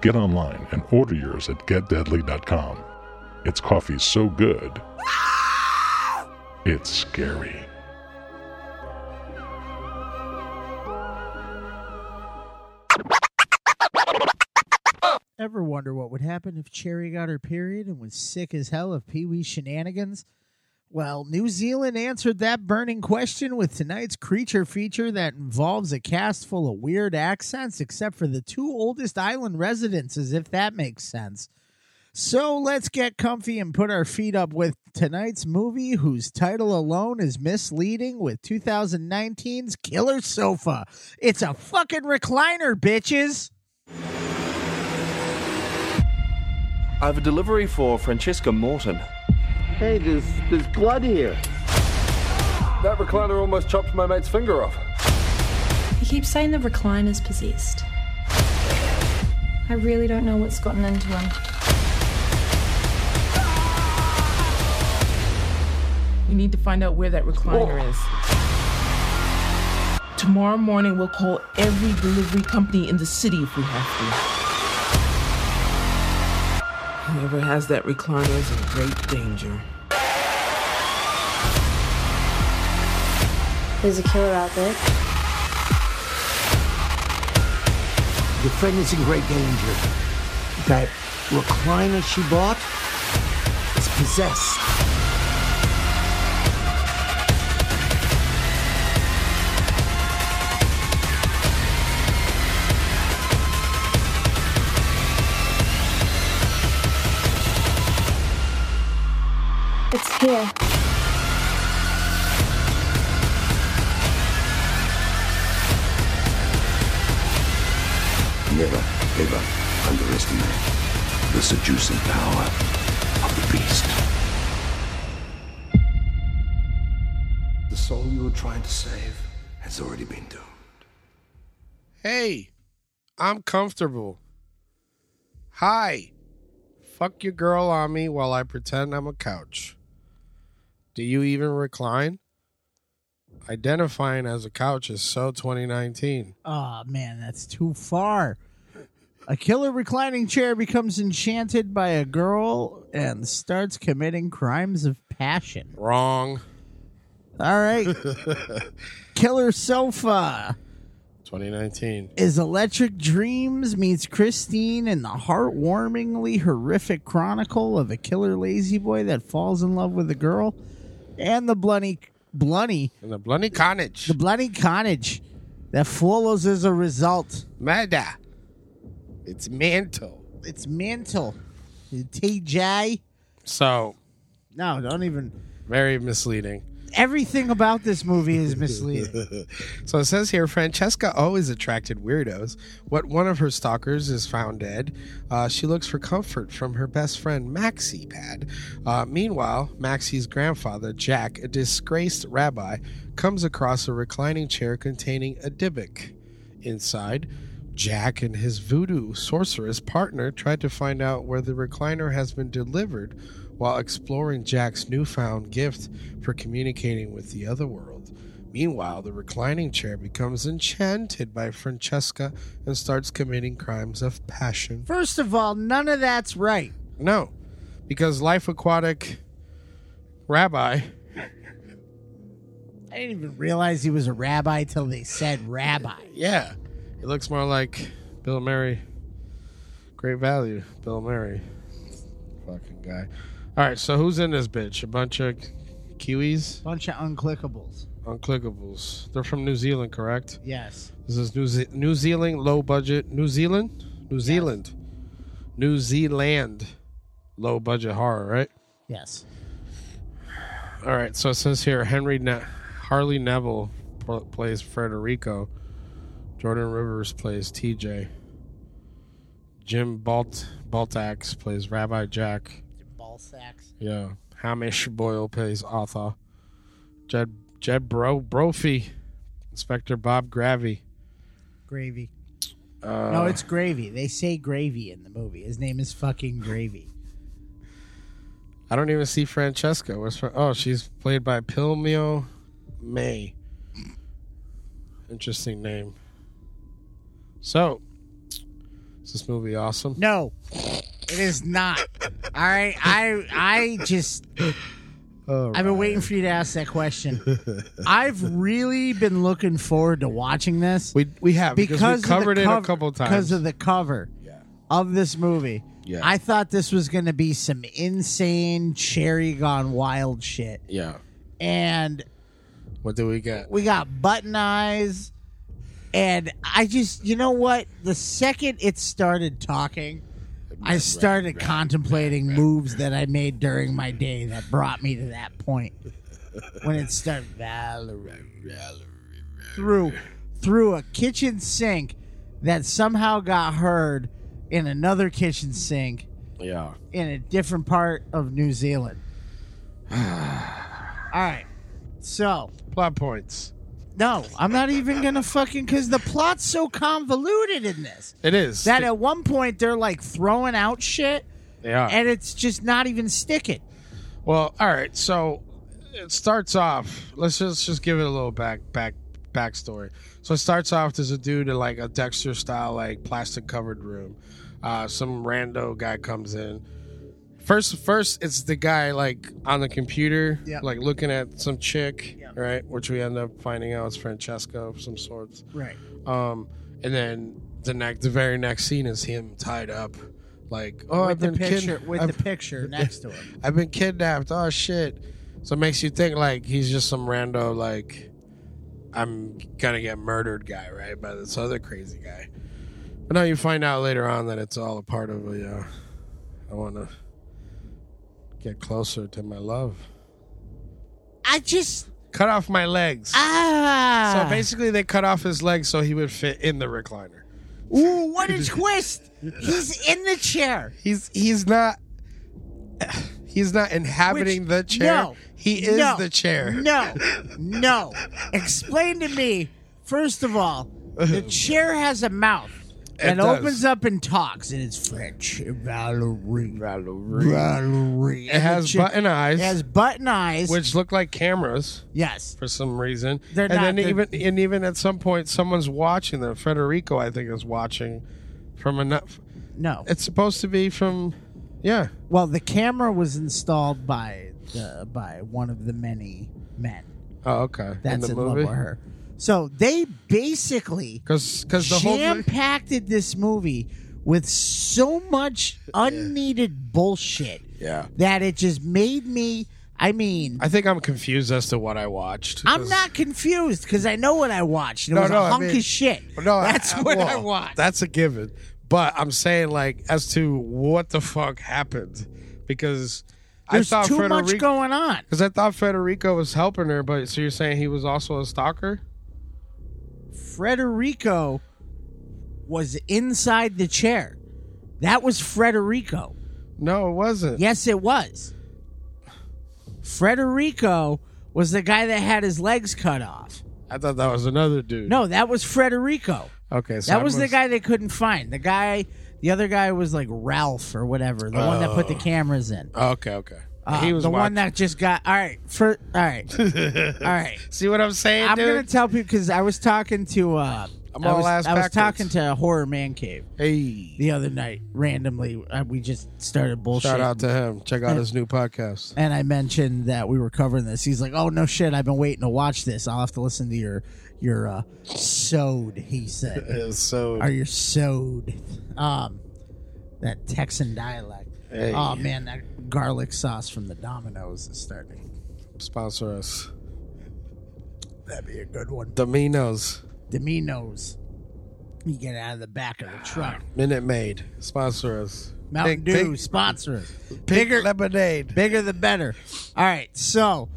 get online and order yours at getdeadly.com. It's coffee so good, it's scary. Ever wonder what would happen if Cherry got her period and was sick as hell of Pee Wee shenanigans? Well, New Zealand answered that burning question with tonight's creature feature that involves a cast full of weird accents, except for the two oldest island residents, as if that makes sense. So let's get comfy and put our feet up with tonight's movie, whose title alone is misleading, with 2019's Killer Sofa. It's a fucking recliner, bitches! I have a delivery for Francesca Morton. Hey, there's there's blood here. That recliner almost chopped my mate's finger off. He keeps saying the recliner's possessed. I really don't know what's gotten into him. *laughs* We need to find out where that recliner is. Tomorrow morning, we'll call every delivery company in the city if we have to. Whoever has that recliner is in great danger. There's a killer out there. Your friend is in great danger. That recliner she bought is possessed. It's here. Never, ever underestimate the seducing power of the beast. The soul you were trying to save has already been doomed. Hey, I'm comfortable. Hi. Fuck your girl on me while I pretend I'm a couch. Do you even recline? Identifying as a couch is so 2019. Oh man, that's too far. A killer reclining chair becomes enchanted by a girl and starts committing crimes of passion. Wrong. All right. killer sofa 2019. is Electric Dreams meets Christine in the heartwarmingly horrific chronicle of a killer lazy boy that falls in love with a girl and the bloody bloody And the bloody carnage. the bloody carnage that follows as a result. Murder. It's mental. It's mental. TJ. So, No, don't even. very misleading. Everything about this movie is misleading. So it says here Francesca always attracted weirdos. What one of her stalkers is found dead, uh, she looks for comfort from her best friend Maxie Pad. Uh, meanwhile, Maxie's grandfather, Jack, a disgraced rabbi, comes across a reclining chair containing a Dybbuk. Inside, Jack and his voodoo sorceress partner try to find out where the recliner has been delivered while exploring Jack's newfound gift for communicating with the other world. Meanwhile, the reclining chair becomes enchanted by Francesca and starts committing crimes of passion. First of all, none of that's right. No, because Life Aquatic Rabbi, I didn't even realize he was a rabbi till they said rabbi. yeah, it looks more like Bill Murray. Great value, Bill Murray. Fucking guy. All right, so who's in this bitch? A bunch of Kiwis? Bunch of unclickables. Unclickables. They're from New Zealand, correct? Yes. This is New, Ze- New Zealand low budget. New Zealand? New Zealand. New Zealand low budget horror, right? Yes. All right, so it says here Henry ne- Harley Neville pl- plays Federico. Jordan Rivers plays TJ. Jim Balt Baltax plays Rabbi Jack. Ballsacks. Yeah. Hamish Boyle plays Arthur. Jed Jed Bro Brophy, Inspector Bob Gravy. Gravy. Uh, no, it's gravy. They say gravy in the movie. His name is fucking gravy. I don't even see Francesca. Where's Fra- oh, she's played by Pilmio May. Interesting name. So, is this movie awesome? No, it is not. All right, I I just Oh, I've been waiting for you to ask that *laughs* question. I've really been looking forward to watching this. We we have because, because we covered of it the a couple times. because of the cover of this movie. Yeah. I thought this was going to be some insane cherry gone wild shit, yeah. and What do we get? we got button eyes, and I just you know what? The second it started talking, I started contemplating moves that I made during my day that brought me to that point when it started Valerie, Valerie, through through a kitchen sink that somehow got heard in another kitchen sink Yeah. in a different part of New Zealand. *sighs* All right. So, Plot points. no, I'm not even going to fucking cuz the plot's so convoluted in this. It is. That at one point they're like throwing out shit they are. and it's just not even sticking. Well, all right. So it starts off. Let's just just give it a little back back backstory. So it starts off. There's a dude in like a Dexter style like plastic covered room. Uh, some rando guy comes in. First, first it's the guy like on the computer, Yep. like looking at some chick, Yep. right? Which we end up finding out is Francesca of some sorts. Right. Um, and then the next, the very next scene is him tied up, like oh, with I've the been kid- picture with I've- the *laughs* picture next to it. I've been kidnapped. Oh shit! So it makes you think like he's just some rando like I'm gonna get murdered guy, right? By this other crazy guy. But now you find out later on that it's all a part of a. Uh, I want to get closer to my love. I just Cut off my legs. ah. So basically, they cut off his legs so he would fit in the recliner. Ooh, *laughs* what a twist! He's in the chair. He's he's not. *sighs* He's not inhabiting Which- the chair. no, he is no, the chair. No, no. Explain to me, first of all, *laughs* the chair has a mouth that does. opens up and talks, and it's French. Valerie. Valerie. It has button eyes, It has button eyes. which look like cameras yes. for some reason. They're and not- then they're- even and even at some point, someone's watching them. Federico, I think, is watching from a. nu- No. It's supposed to be from, yeah, Well, the camera was installed by the, by one of the many men Oh, okay. that's in in, the love movie. with her. So they basically Because the whole *laughs* jam packed this movie with so much unneeded bullshit yeah. that it just made me. I mean, I think I'm confused as to what I watched. I'm 'cause- not confused because I know what I watched. It No, was no, a I hunk mean- of shit. No, that's I- what I well, watched. That's a given. But I'm saying like as to what the fuck happened because There's I thought too Federico much going on. Because I thought Federico was helping her, but so you're saying he was also a stalker? Frederico was inside the chair. That was Frederico. No, it wasn't. Yes, it was. Frederico was the guy that had his legs cut off. I thought that was another dude. No, that was Frederico. Okay, so I That was the must- guy they couldn't find. The guy, the other guy was like Ralph or whatever, the one that put the cameras in. Okay, okay. Uh, Oh. he was the one watching- that just got. All right, for all *laughs* right, all right. See what I'm *laughs* saying, I'm dude? gonna tell people because I was talking to. Uh, I'm I all was, ass I was backwards. talking to horror man cave hey, the other night randomly. Uh, we just started bullshit. shout out to him. Check out his new podcast. and I mentioned that we were covering this. He's like, "Oh no, shit! I've been waiting to watch this. I'll have to listen to your your uh, sewed." He *laughs* said, so "Or your sewed." Um, that Texan dialect. Hey. Oh man, that garlic sauce from the Domino's is starting. sponsor us. That'd be a good one. Domino's Domino's. You get out of the back of the truck. Minute Maid sponsor us. Mountain Big- Dew big- sponsor us. Bigger lemonade. Bigger the better. All right, so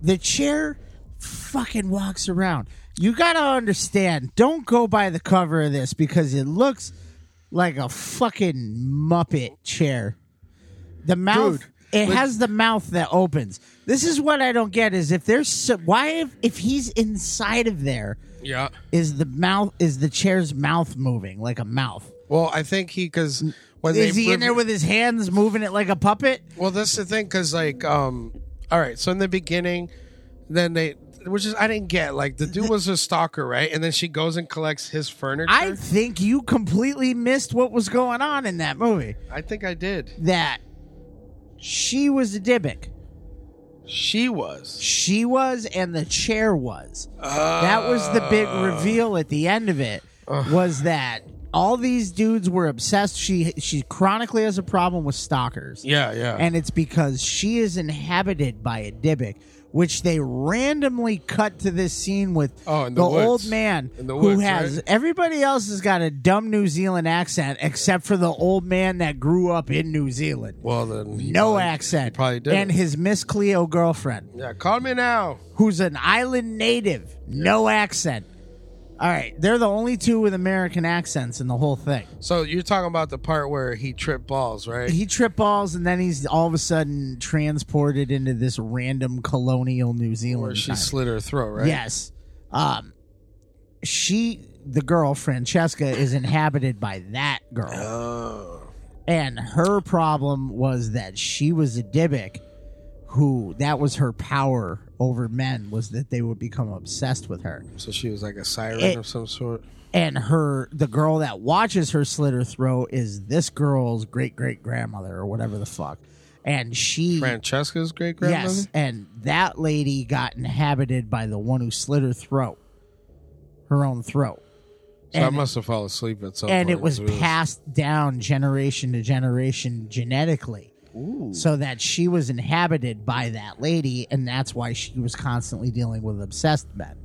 the chair fucking walks around. You gotta understand. Don't go by the cover of this because it looks like a fucking Muppet chair. The mouth. Dude, it but- has the mouth that opens. This is what I don't get: is if there's so, why if, if he's inside of there, Yeah. is the mouth is the chair's mouth moving like a mouth? Well, I think he because when is they he in there with his hands moving it like a puppet? Well, that's the thing, because like, um, all right. So in the beginning, then they, which is I didn't get. Like the dude was a stalker, right? And then she goes and collects his furniture. I think you completely missed what was going on in that movie. I think I did. That she was a Dybbuk. She was. She was, and the chair was. that was the big reveal at the end of it. Was that all these dudes were obsessed? She she chronically has a problem with stalkers. Yeah, yeah. And it's because she is inhabited by a Dybbuk, which they randomly cut to this scene with Oh, in the the, old woods. man In the who woods, has right? everybody else has got a dumb New Zealand accent except for the old man that grew up in New Zealand. Well, then he No probably- accent. he probably did. And his Miss Cleo girlfriend, yeah, call me now. who's an island native, no accent. All right, they're the only two with American accents in the whole thing. So you're talking about the part where he tripped balls, right? He trip balls and then he's all of a sudden transported into this random colonial New where Zealand. she town. slit her throat, right? Yes. Um she the girl Francesca is inhabited by that girl. Oh. And her problem was that she was a Dybbuk who that was her power over men was that they would become obsessed with her. So she was like a siren It- of some sort. And her the girl that watches her slit her throat is this girl's great great grandmother or whatever the fuck. And she Francesca's great grandmother. Yes, and that lady got inhabited by the one who slit her throat, her own throat, So I and- must have fallen asleep at some. and point, it was 'cause passed down generation to generation genetically, so that she was inhabited by that lady, and that's why she was constantly dealing with obsessed men.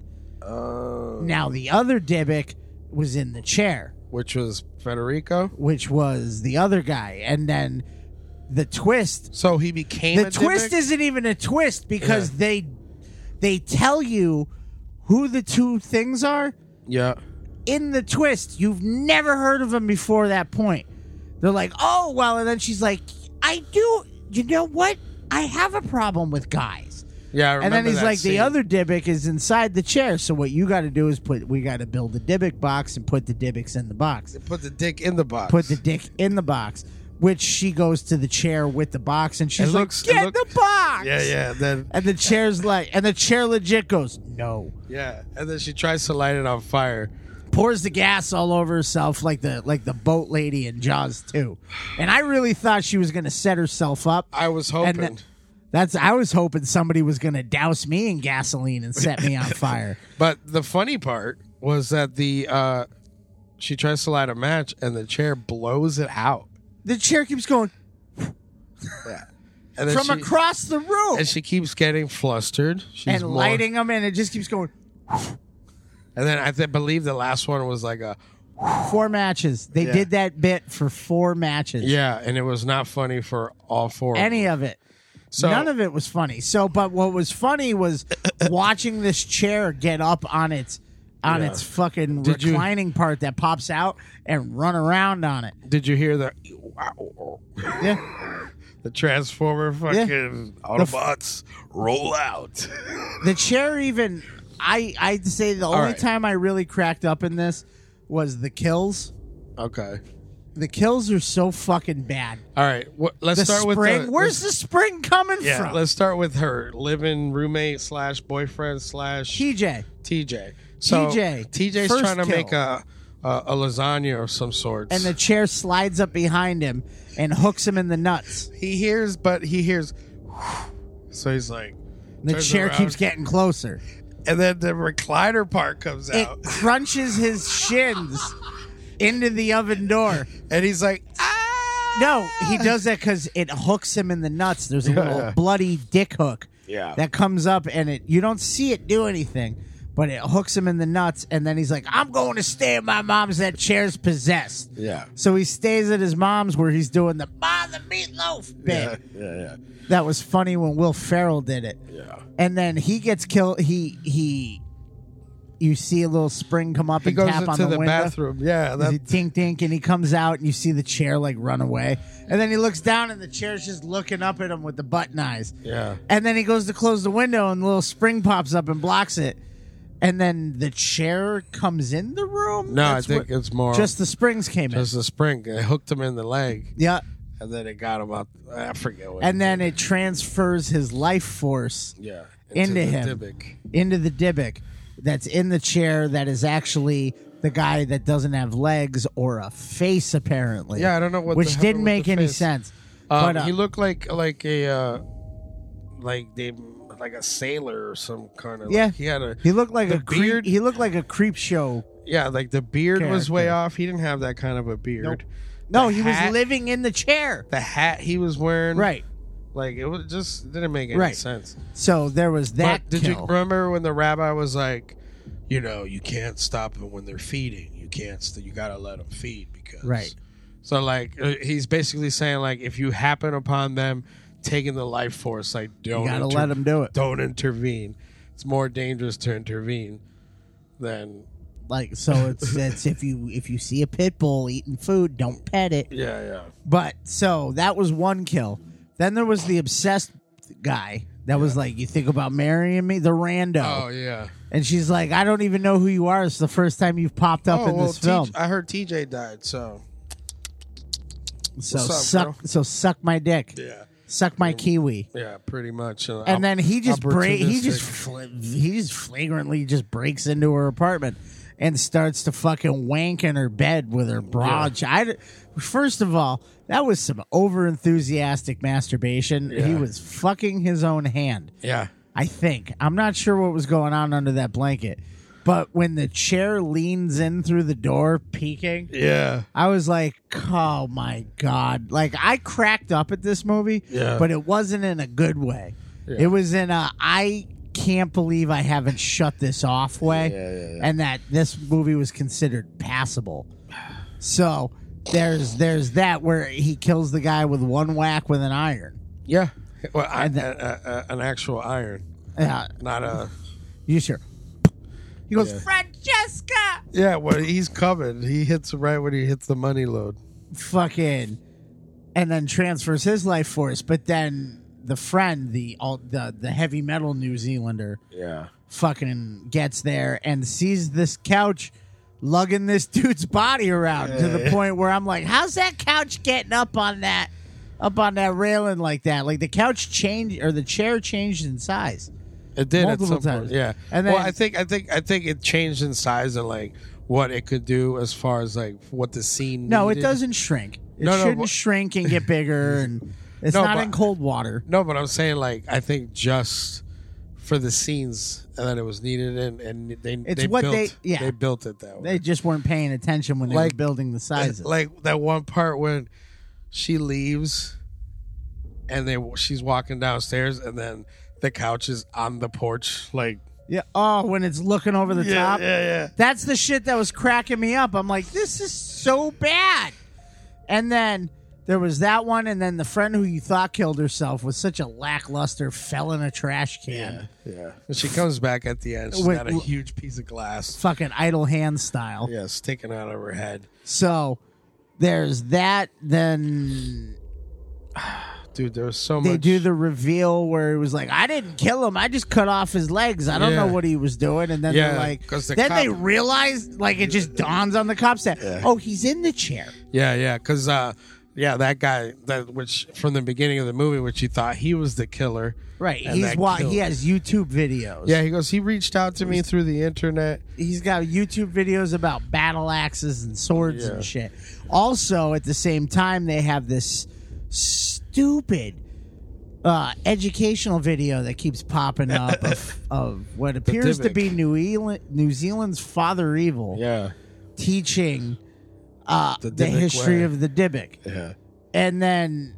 Now the other Dybbuk was in the chair, which was Federico. which was the other guy, and then the twist So he became the a twist Dybbuk? isn't even a twist because they they tell you who the two things are Yeah. in the twist you've never heard of them before that point they're like oh well and then she's like i do you know what i have a problem with guys Yeah, I and then remember he's that like the scene. other Dybbuk is inside the chair so what you got to do is put we got to build a Dybbuk box and put the Dybbuks in the box Put the dick in the box. put the dick in the box which she goes to the chair with the box and she's It looks- it like get look- the box Yeah, yeah. Then and the chair's like, and the chair legit goes, no. yeah, and then she tries to light it on fire. Pours the gas all over herself like the like the boat lady in Jaws too. And I really thought she was gonna set herself up. I was And hoping. th- that's I was hoping somebody was gonna douse me in gasoline and set *laughs* me on fire. but the funny part was that the uh she tries to light a match and the chair blows it out. The chair keeps going And then from she, across the room and she keeps getting flustered. She's and more- lighting them, and it just keeps going. And then I th- believe the last one was like a Four matches. They Yeah. did that bit for four matches. yeah, and it was not funny for all four. any of it. So- None of it was funny. So, but what was funny *coughs* was watching this chair get up on its on Yeah. its fucking Did you- reclining part that pops out and run around on it. Did you hear the Yeah, the Transformer fucking Autobots roll out? the chair even. I I'd say the only right. time I really cracked up in this was the kills. okay. The kills are so fucking bad. All right. Wh- let's The start spring. with the, Where's the spring coming Yeah, from? let's start with her living roommate slash boyfriend slash TJ. TJ. So TJ, TJ's first trying to kill. make a, a a lasagna of some sort. And the chair slides up behind him and hooks him in the nuts. he hears, but he hears. *sighs* So he's like, The turns chair around, keeps getting closer. and then the recliner part comes it out, *laughs* crunches his shins into the oven door. and he's like, ah! No, he does that because it hooks him in the nuts. There's a Yeah. little bloody dick hook Yeah. that comes up, and it you don't see it do anything, but it hooks him in the nuts, and then he's like, "I'm going to stay at my mom's. That chair's possessed." Yeah. So he stays at his mom's where he's doing the "Buy the meatloaf" bit. yeah, yeah, yeah. That was funny when Will Ferrell did it. Yeah. And then he gets killed. He he you see a little spring come up He and goes tap on into the, the window. bathroom. Yeah, Does he tink tink, and he comes out, and you see the chair like run away, and then he looks down, and the chair's just looking up at him with the button eyes. Yeah. And then he goes to close the window, and the little spring pops up and blocks it. And then the chair comes in the room. No, That's I think what- it's more just the springs came in. just the spring. It hooked him in the leg. Yeah. and then it got him out. I forget what. and then it transfers his life force Yeah, into, into the him Dybbuk. into the Dybbuk that's in the chair that is actually the guy that doesn't have legs or a face apparently Yeah, I don't know what. the which hell didn't with make the any face. sense Um, but uh, he looked like like a uh, like they like a sailor or some kind of. yeah like he had a he looked like the a beard he looked like a creep show yeah, like the beard was way Character. off. He didn't have that kind of a beard. no The he hat- was living in the chair the hat he was wearing. Right. Like it was just didn't make any Right. sense. so there was that But did kill. you remember when the rabbi was like, you know, you can't stop them when they're feeding. You can't. St- you gotta let them feed because. Right. So like uh, he's basically saying like if you happen upon them taking the life force, like don't gotta let 'em do it. Don't intervene. It's more dangerous to intervene than like so *laughs* it's it's if you if you see a pit bull eating food don't pet it yeah yeah. But so that was one kill. Then there was the obsessed guy that was like, "You think about marrying me?" The rando, Oh yeah. and she's like, "I don't even know who you are. It's the first time you've popped up oh in well, this film." T- I heard TJ died, so so what's up, suck, girl? so suck my dick, yeah, suck my kiwi. yeah, pretty much. Uh, And then he just bra- he just opportunistic. fl- he just flagrantly just breaks into her apartment and starts to fucking wank in her bed with her bra. I d- first of all, that was some over enthusiastic masturbation. He Yeah. was fucking his own hand. yeah. I think. I'm not sure what was going on under that blanket. But when the chair leans in through the door, peeking, Yeah. I was like, oh my God. Like, I cracked up at this movie, Yeah. but it wasn't in a good way. Yeah. It was in a, I can't believe I haven't shut this off way, and that this movie was considered passable. So there's there's that where he kills the guy with one whack with an iron. Yeah. Well, I, And a- a- a- an actual iron, Yeah, not a. you sure? He goes, Yeah. Francesca! Yeah, well, he's covered. He hits right when he hits the money load. fucking and then transfers his life force but then the friend the all the, the heavy metal new zealander Yeah. fucking gets there and sees this couch lugging this dude's body around to the Yeah. point where i'm like how's that couch getting up on that up on that railing like that like the couch changed or the chair changed in size It did Multiple at some times. point. Yeah. And well, then- I think I think I think it changed in size and like what it could do as far as like what the scene. no it needed. doesn't shrink it No, no, shouldn't but- shrink and get *laughs* bigger and it's No, not but- in cold water No, but I'm saying like I think just for the scenes that it was needed and and they It's they what built, they- yeah. they built it that way. they just weren't paying attention when they Like- were building the sizes Like that one part when she leaves and they she's walking downstairs and then the couch is on the porch like Yeah. Oh, when it's looking over the Yeah, top. yeah, yeah. That's the shit that was cracking me up. I'm like, this is so bad. And then there was that one, and then the friend who you thought killed herself was such a lackluster fell in a trash can, yeah. And she comes back at the end. She's Wait, got a w- huge piece of glass. fucking idle hand style. Yeah, sticking out of her head. So there's that. Then Dude, there was so they much do the reveal where it was like, I didn't kill him. I just cut off his legs. I don't Yeah. know what he was doing. And then Yeah, they're like, 'cause the then they cop- realize, like, it just dawns on the cops that, oh, he's in the chair. Yeah, yeah, cuz uh yeah, that guy that which from the beginning of the movie which you thought he was the killer. Right. and He's that why killed- he has YouTube videos. Yeah, he goes he reached out to me through the internet. He's got YouTube videos about battle axes and swords Yeah. and shit. Also, at the same time, they have this stupid uh, educational video that keeps popping up *laughs* of, of what appears to Dybbuk. be New Zealand, New Zealand's Father Evil Yeah. teaching uh, the, The Dybbuk history way. of the Dybbuk. Yeah. And then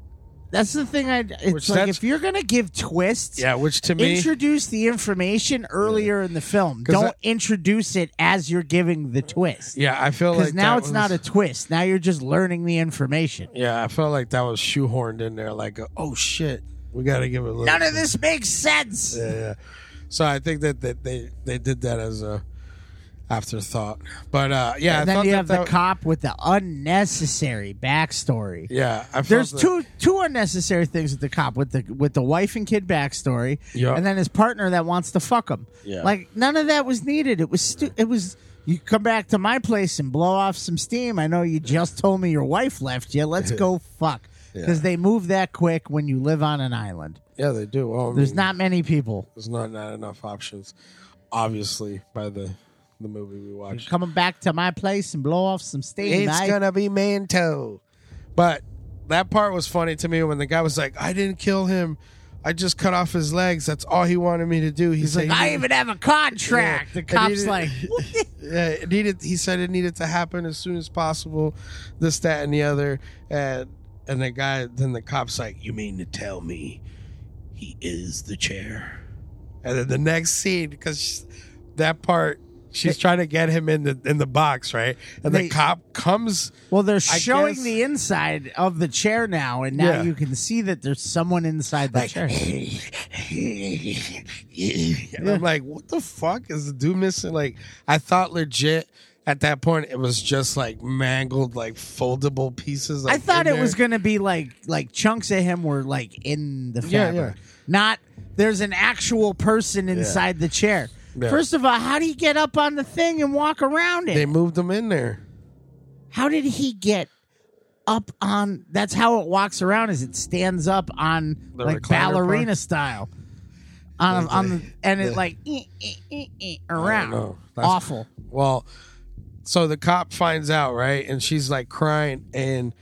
that's the thing I. It's Which like that's- if you're going to give twists. Yeah, which to me introduce the information earlier in the film. 'Cause Don't that- introduce it as you're giving the twist. Yeah, I feel Because like now that it's not a was- twist. Now you're just learning the information. Yeah, I felt like that was shoehorned in there. Like, oh shit, we got to give it a little. None *laughs* of this makes sense. Yeah, yeah. So I think that, that they they did that as a afterthought. But uh, yeah, I and then thought you that have that the cop with the unnecessary backstory. Yeah, I felt there's that- two two unnecessary things with the cop with the with the wife and kid backstory, Yeah. and then his partner that wants to fuck him. Yeah. like none of that was needed. It was stu- it was. You come back to my place and blow off some steam. I know you just told me your wife left you. Let's *laughs* go fuck because Yeah. they move that quick when you live on an island. Yeah, they do. Well, I There's mean, not many people. There's not not enough options, obviously, by the the movie we watched. Coming back to my place and blow off some steam. It's I- gonna be Manto. But that part was funny to me when the guy was like, "I didn't kill him. I just cut off his legs. That's all he wanted me to do." He's, like, I even have a contract. Yeah. The cop's And *laughs* like, he- yeah, it needed. He said it needed to happen as soon as possible. This, that, and the other. And and the guy, then the cop's like, "You mean to tell me he is the chair?" And then the next scene, because that part, she's trying to get him in the in the box, right? And They- the cop comes. *laughs* Well, they're I showing guess- the inside of the chair now, and now Yeah. you can see that there's someone inside the chair. and I'm like, what the fuck is the dude missing? Like, I thought legit at that point it was just like mangled, like foldable pieces. Like, I thought in it was there. gonna be like like chunks of him were like in the Yeah, fabric, not there's an actual person inside the chair. Yeah. First of all, how do you get up on the thing and walk around it? They moved them in there. how did he get up on? That's how it walks around. Is it stands up on The like recliner ballerina part? style on a- on the and it like eh, eh, eh, eh, around. No, Awful. Well, so the cop finds out, right? And she's like crying, and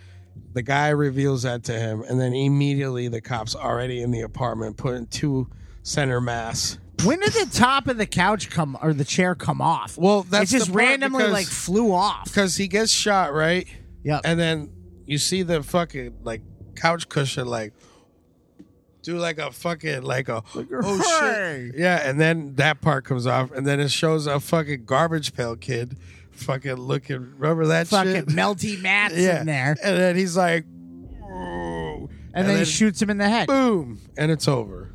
the guy reveals that to him, and then immediately the cop's already in the apartment, putting two center mass. When did the top of the couch come or the chair come off? Well, that's it just the part randomly because- like flew off. because he gets shot, right? Yep. And then you see the fucking like couch cushion, like do like a fucking like a *laughs* oh "Hey!" shit, yeah. And then that part comes off, and then it shows a fucking garbage pail kid, fucking looking. Remember that Fucking shit? melty mats yeah. in there, And then he's like, "Whoa." and, then, he shoots him in the head. boom, and it's over.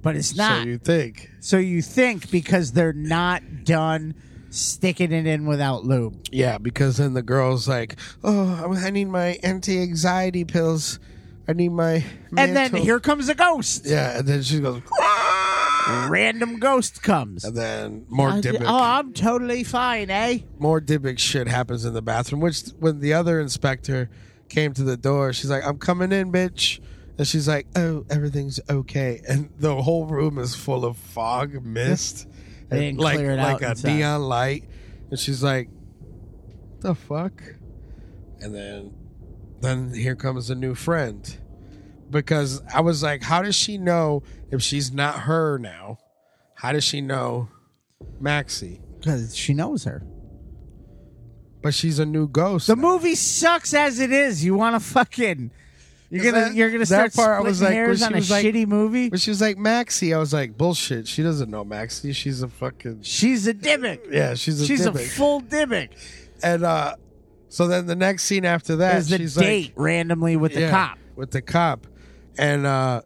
But it's not. So you think? so you think because they're not done sticking it in without lube. Yeah, because then the girl's like, oh, I need my anti-anxiety pills. I need my. And then Mantle." here comes a ghost. Yeah, and then she goes, Random ghost comes. and then more I- Dybbuk, oh, I'm totally fine, eh? more Dybbuk shit happens in the bathroom. Which when the other inspector came to the door, she's like, "I'm coming in, bitch," and she's like, "Oh, everything's okay." And the whole room is full of fog, mist, *laughs* They and didn't like clear it like out a inside. neon light, and she's like, "The fuck," and then then here comes a new friend. Because I was like, how does she know if she's not her now? How does she know Maxie? Because she knows her. But she's a new ghost. The movie sucks as it is. You want to fucking. You're gonna That- you're gonna that start part I splitting was like, hairs when on she a was like- shitty movie. But she was like Maxie. I was like, bullshit. She doesn't know Maxie. She's a fucking She's a Dybbuk. yeah. She's a She's a dimmick. full Dybbuk. and uh, so then the next scene after that Is the she's date like randomly with the yeah, cop? with the cop, and uh,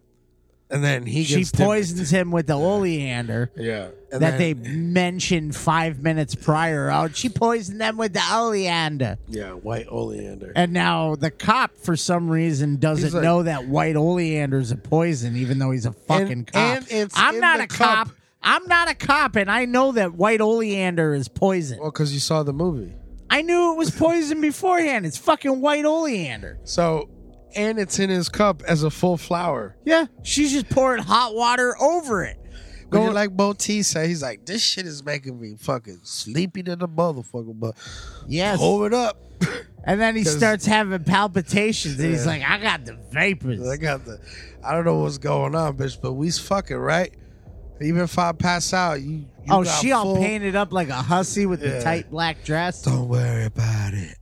and then he She gets dimmicked. poisons him with the oleander Yeah, and that then- they mentioned five minutes prior. Oh, she poisoned them with the oleander, yeah white oleander. and now the cop for some reason doesn't He's like- know that white oleander's a poison, even though he's a fucking And- cop. and it's I'm in not the a cop. cup. I'm not a cop, and I know that white oleander is poison. well, because you saw the movie, I knew it was poison beforehand. It's fucking white oleander. so and it's in his cup as a full flower. Yeah, she's just pouring hot water over it. Go like Bautista. He's like, this shit is making me fucking sleepy to the motherfucker, but Yes. hold it up. Oh. *laughs* And then he 'Cause- starts having palpitations, and he's Yeah. like, "I got the vapors." I got the. I don't know what's going on, bitch, but we's fucking right. Even if I pass out, you. you oh, got she all full- painted up like a hussy with the Yeah. tight black dress. Don't worry about it.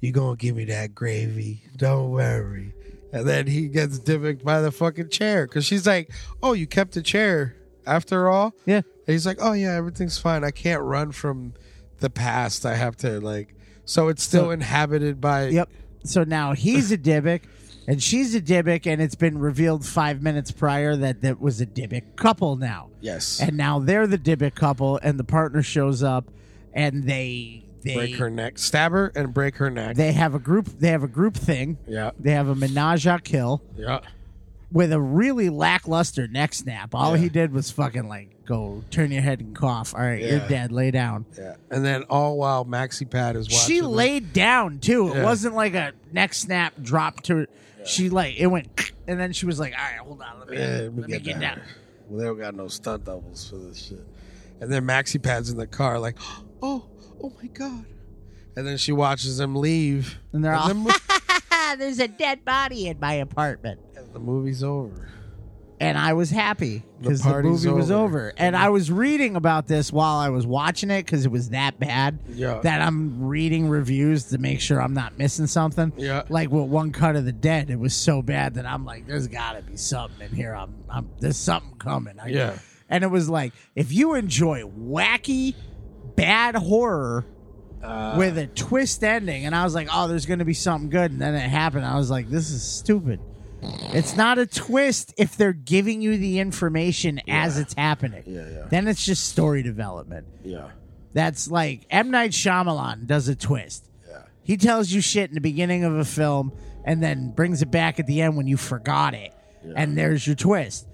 You gonna give me that gravy? Don't worry. And then he gets dimmicked by the fucking chair because she's like, "Oh, you kept the chair after all." Yeah. And he's like, "Oh yeah, everything's fine. I can't run from the past. I have to like." So it's still So- inhabited by. Yep. So now he's *laughs* a Dybbuk, and she's a Dybbuk, and it's been revealed five minutes prior that that was a Dybbuk couple now. Yes. And now they're the Dybbuk couple, and the partner shows up, and they they break her neck, stab her, and break her neck. they have a group they have a group thing. Yeah. They have a menage a kill yeah. with a really lackluster neck snap. All he did was fucking like go turn your head and cough. All right, Yeah. you're dead. Lay down. Yeah. And then all while Maxi Pad is watching. She them. laid down too. It Yeah. wasn't like a neck snap drop to. She like it went, *clears throat* and then she was like, "All right, hold on, let me, Yeah, let me, get, down." Well, they don't got no stunt doubles for this shit. And then Maxi Pad's in the car, like, *gasps* oh, oh my god. And then she watches them leave. And they're all, the, mo- Ah, There's a dead body in my apartment, *laughs* *laughs* the movie's over. and I was happy The because the, party's movie was over. over. And I was reading about this while I was watching it because it was that bad Yeah. that I'm reading reviews to make sure I'm not missing something. Yeah. like with one cut of the dead, it was so bad that I'm like, "There's got to be something in here. I'm, I'm there's something coming." I- Yeah. And it was like, if you enjoy wacky, bad horror Uh, with a twist ending, and I was like, oh, there's going to be something good. And then it happened. I was like, this is stupid. It's not a twist if they're giving you the information as it's happening. Yeah, yeah. Then it's just story development. Yeah. That's like M. Night Shyamalan does a twist. Yeah. He tells you shit in the beginning of a film and then brings it back at the end when you forgot it. And there's your twist.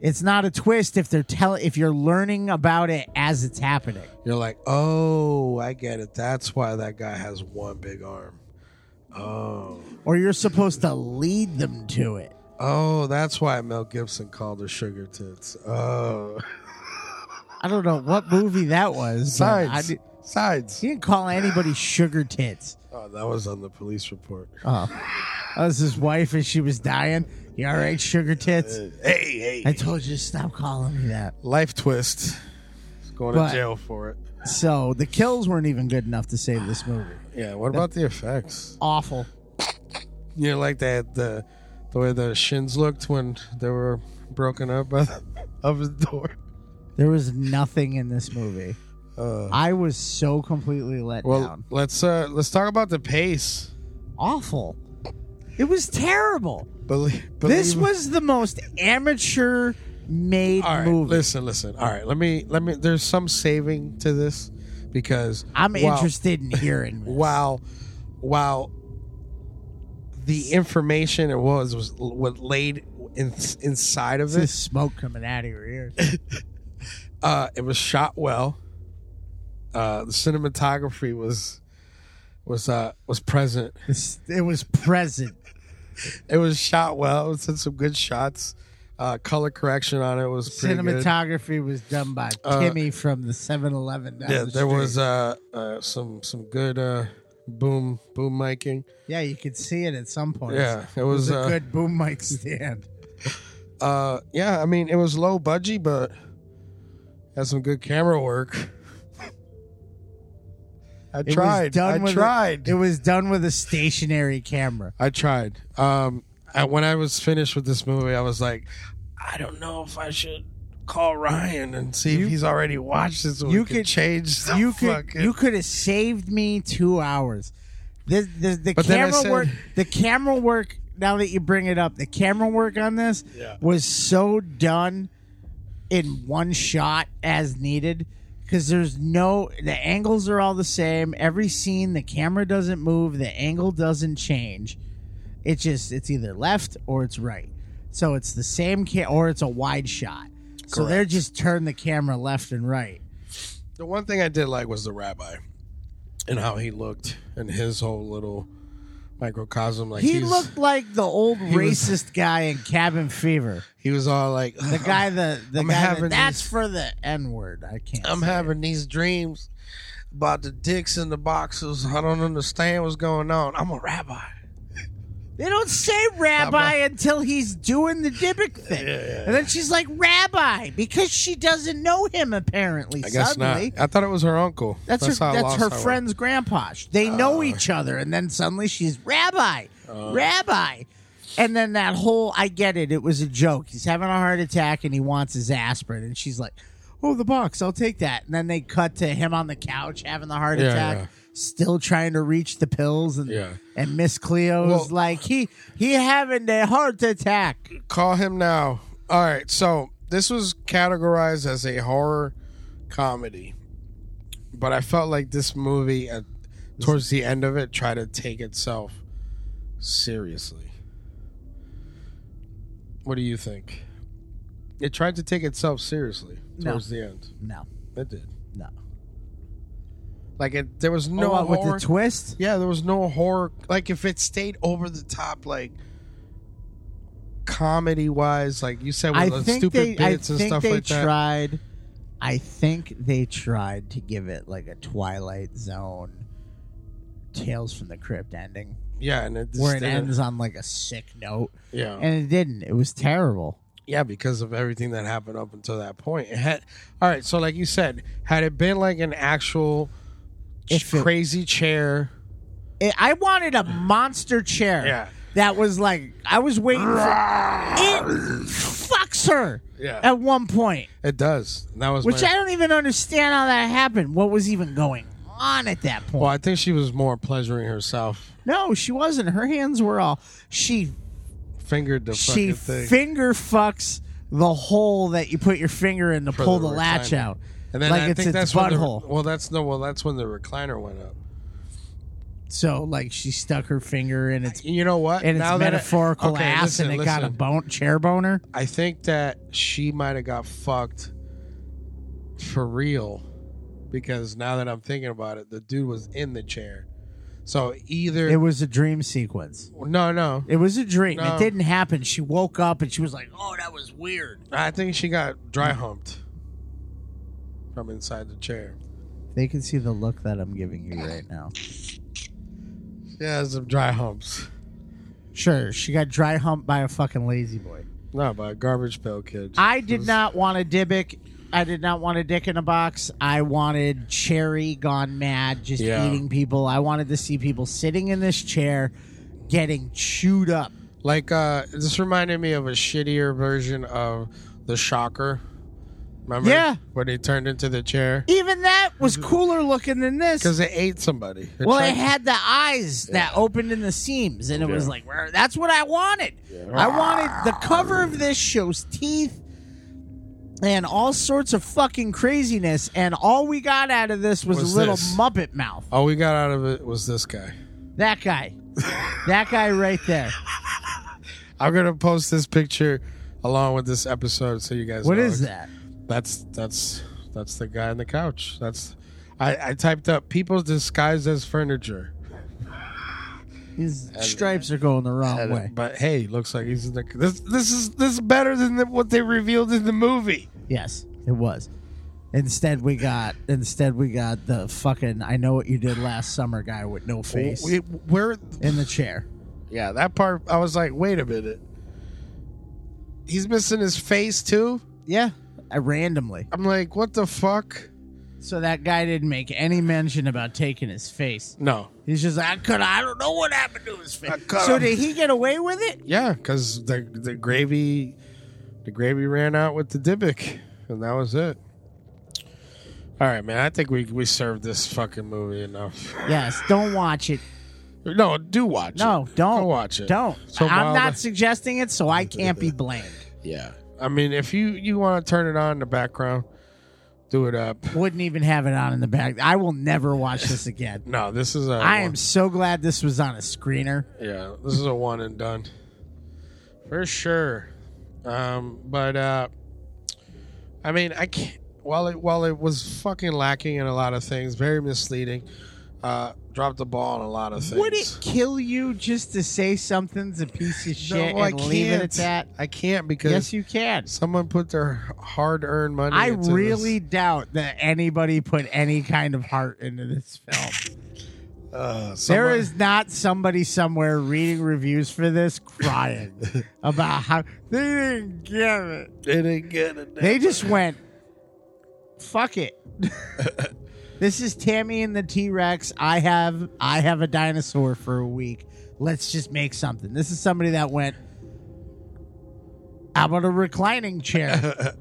It's not a twist if they're tell if you're learning about it as it's happening. You're like, oh, I get it. That's why that guy has one big arm. Oh. Or you're supposed to lead them to it. Oh, that's why Mel Gibson called her sugar tits. Oh. I don't know what movie that was. but I Sides. did- Sides. he didn't call anybody sugar tits. Oh, that was on the police report. Oh. That was his wife and she was dying. You all right, sugar tits? Hey, hey. I told you to stop calling me that. Life twist. He's going But- to jail for it. So the kills weren't even good enough to save this movie. Yeah, what about the effects? Awful. You know, like that the the way the shins looked when they were broken up by the oven's door. There was nothing in this movie. Uh, I was so completely let well, down. let's uh let's talk about the pace. Awful. It was terrible. Believe, This was the most amateur made all right. movie. Listen, listen. All right, let me let me. There's some saving to this because I'm while- interested in hearing. this. While while the information it was was what laid in, inside of It's it this smoke coming out of your *laughs* ears. Uh, it was shot well. Uh, the cinematography was was uh, was present. This- it was present. It was shot well. It had some good shots. Uh, color correction on it was pretty good. Cinematography was done by Uh, Timmy from the 7-Eleven. down Yeah, the there was street. uh, uh, some some good uh, boom boom miking. yeah, you could see it at some point. Yeah, it it was, was, a uh, good boom mic stand. Uh, yeah, I mean it was low budget, but had some good camera work. *laughs* I It was tried. done I with a- tried. it was done with a stationary camera. I tried. Um, I, when I was finished with this movie, I was like, I don't know if I should call Ryan and see You- if he's already watched it. So you we could could- change. The you could fucking, you could have saved me two hours. The the, the But then I camera said- work the camera work now that you bring it up, the camera work on this Yeah. was so done in one shot as needed because there's no the angles are all the same. Every scene the camera doesn't move, the angle doesn't change. It's just it's either left or it's right. So it's the same ca- or it's a wide shot. So they're Correct. just turn the camera left and right. The one thing I did like was the rabbi and how he looked and his whole little microcosm. Like he he's- looked like the old was- racist guy in Cabin Fever. He was all like The guy that the I'm guy that- having that's these- for the N word. I can't. I'm say having these dreams about the dicks in the boxes. I don't understand what's going on. I'm a rabbi. it. They don't say rabbi until he's doing the Dybbuk thing, and then she's like rabbi because she doesn't know him. Apparently, I guess suddenly not. I thought it was her uncle. that's, how her. I That's lost Oh. her that one. friend's grandpa. They know each other, and then suddenly she's rabbi, Oh. rabbi, and then that whole I get it. It was a joke. He's having a heart attack, and he wants his aspirin, and she's like, "Oh, the box, I'll take that." And then they cut to him on the couch having the heart Yeah, attack. yeah. Still trying to reach the pills and Yeah. and Miss Cleo's Well- like he he having a heart attack. Call him now. All right. So this was categorized as a horror comedy, but I felt like this movie, uh, towards the end of it, tried to take itself seriously. What do you think? It tried to take itself seriously No. towards the end. No. It did. No. Oh, Like it, there was no what, with the horror- twist? Yeah, there was no horror. Like if it stayed over the top, like comedy wise, like you said, with I the think stupid they, I bits and think stuff they like that. tried. I think they tried to give it like a Twilight Zone, Tales from the Crypt ending. Yeah, and it just where it didn't. Oh. ends on like a sick note. Yeah. and it didn't. It was terrible. Yeah, because of everything that happened up until that point. It had, all right, so like you said, had it been like an actual ch- crazy chair, It, I wanted *sighs* a monster chair. Yeah. That was like I was waiting for it fucks her Yeah. at one point. it does. And that was Which my- I don't even understand how that happened. What was even going on at that point? Well, I think she was more pleasuring herself. No, she wasn't. Her hands were all she Fingered the she fucking thing. finger fucks the hole that you put your finger in to for pull the, latch recliner. out. And then like I it's think its that's when the- butthole. well, that's no. Well, that's when the recliner went up. so like she stuck her finger in its You know what? in its Now that I- metaphorical okay, ass listen, and it got a listen. bone chair boner. I think that she might have got fucked for real because now that I'm thinking about it, the dude was in the chair. So either It was a dream sequence. no, no, It was a dream. No. It didn't happen. She woke up and she was like, "Oh, that was weird." I think she got dry humped from inside the chair. They can see the look that I'm giving you right now. Yeah, some dry humps. Sure, she got dry humped by a fucking lazy boy. No, by a garbage pail kid. I did not want a Dybbuk. I did not want a dick in a box. I wanted Cherry gone mad, just Yeah. eating people. I wanted to see people sitting in this chair, getting chewed up. Like uh this reminded me of a shittier version of the shocker. Remember? Yeah. When he turned into the chair. Even that was Mm-hmm. cooler looking than this. Because it ate somebody. It Well, tried- it had the eyes that opened in the seams, and it was Yeah. like, "Rrr," that's what I wanted. I wanted the cover of this show's teeth and all sorts of fucking craziness, and all we got out of this was, Was a little this. Muppet mouth. all we got out of it was this guy. That guy. that guy right *laughs* there. I'm gonna post this picture along with this episode so you guys What know. is that? That's that's that's the guy on the couch. That's I, I typed up people disguised as furniture. His stripes are going the wrong way. But hey, looks like he's in the this this is this is better than the, what they revealed in the movie. Yes, it was. Instead, we got instead we got the fucking I know what you did last summer guy with no face We- we're in the chair. Yeah, that part I was like, wait a minute. He's missing his face too. Yeah, I randomly. I'm like, what the fuck? So that guy didn't make any mention about taking his face. No. He's just like, I could. I don't know what happened to his face. cut So him. did he get away with it? Yeah, because the the gravy, the gravy ran out with the Dybbuk, and that was it. All right, man. I think we we served this fucking movie enough. Yes. Don't watch it. No, do watch it. No, don't Go watch it. Don't. So I'm while not the- suggesting it, so I can't be blamed. Yeah. I mean, if you you want to turn it on in the background, do it up. Wouldn't even have it on in the back. I will never watch this *laughs* again. No, this is a. I one- am so glad this was on a screener. Yeah, this is a one and done. For sure. Um, but uh I mean I can't while it while it was fucking lacking in a lot of things, very misleading, uh dropped the ball on a lot of things. Would it kill you just to say something's a piece of no, shit I and leave it at can't. that? I can't because Yes, you can. someone put their hard earned money I into really doubt that anybody put any kind of heart into this film. this. Uh, there someone- is not somebody somewhere reading reviews for this crying *laughs* about how they didn't get it. they *laughs* didn't get it. They just went, fuck it. *laughs* this is Tammy and the T Rex. I have I have a dinosaur for a week. Let's just make something. This is somebody that went. How about a reclining *laughs* chair?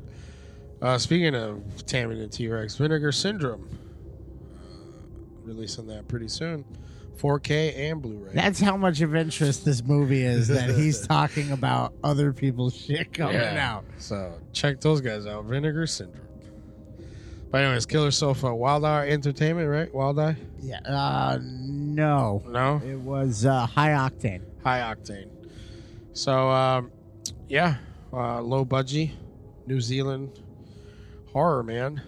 Uh, speaking of Tammy and T Rex, Vinegar Syndrome. Uh, releasing that pretty soon. 4K and Blu ray. That's how much of interest this movie is that *laughs* he's talking about other people's shit coming out. So check those guys out. Vinegar Syndrome. But anyways, Killer Sofa, Wild Eye Entertainment, right? Wild Eye. Yeah. Uh, no. No. It was uh, high octane. High octane. So, um, yeah, uh, low budgie, New Zealand horror, man.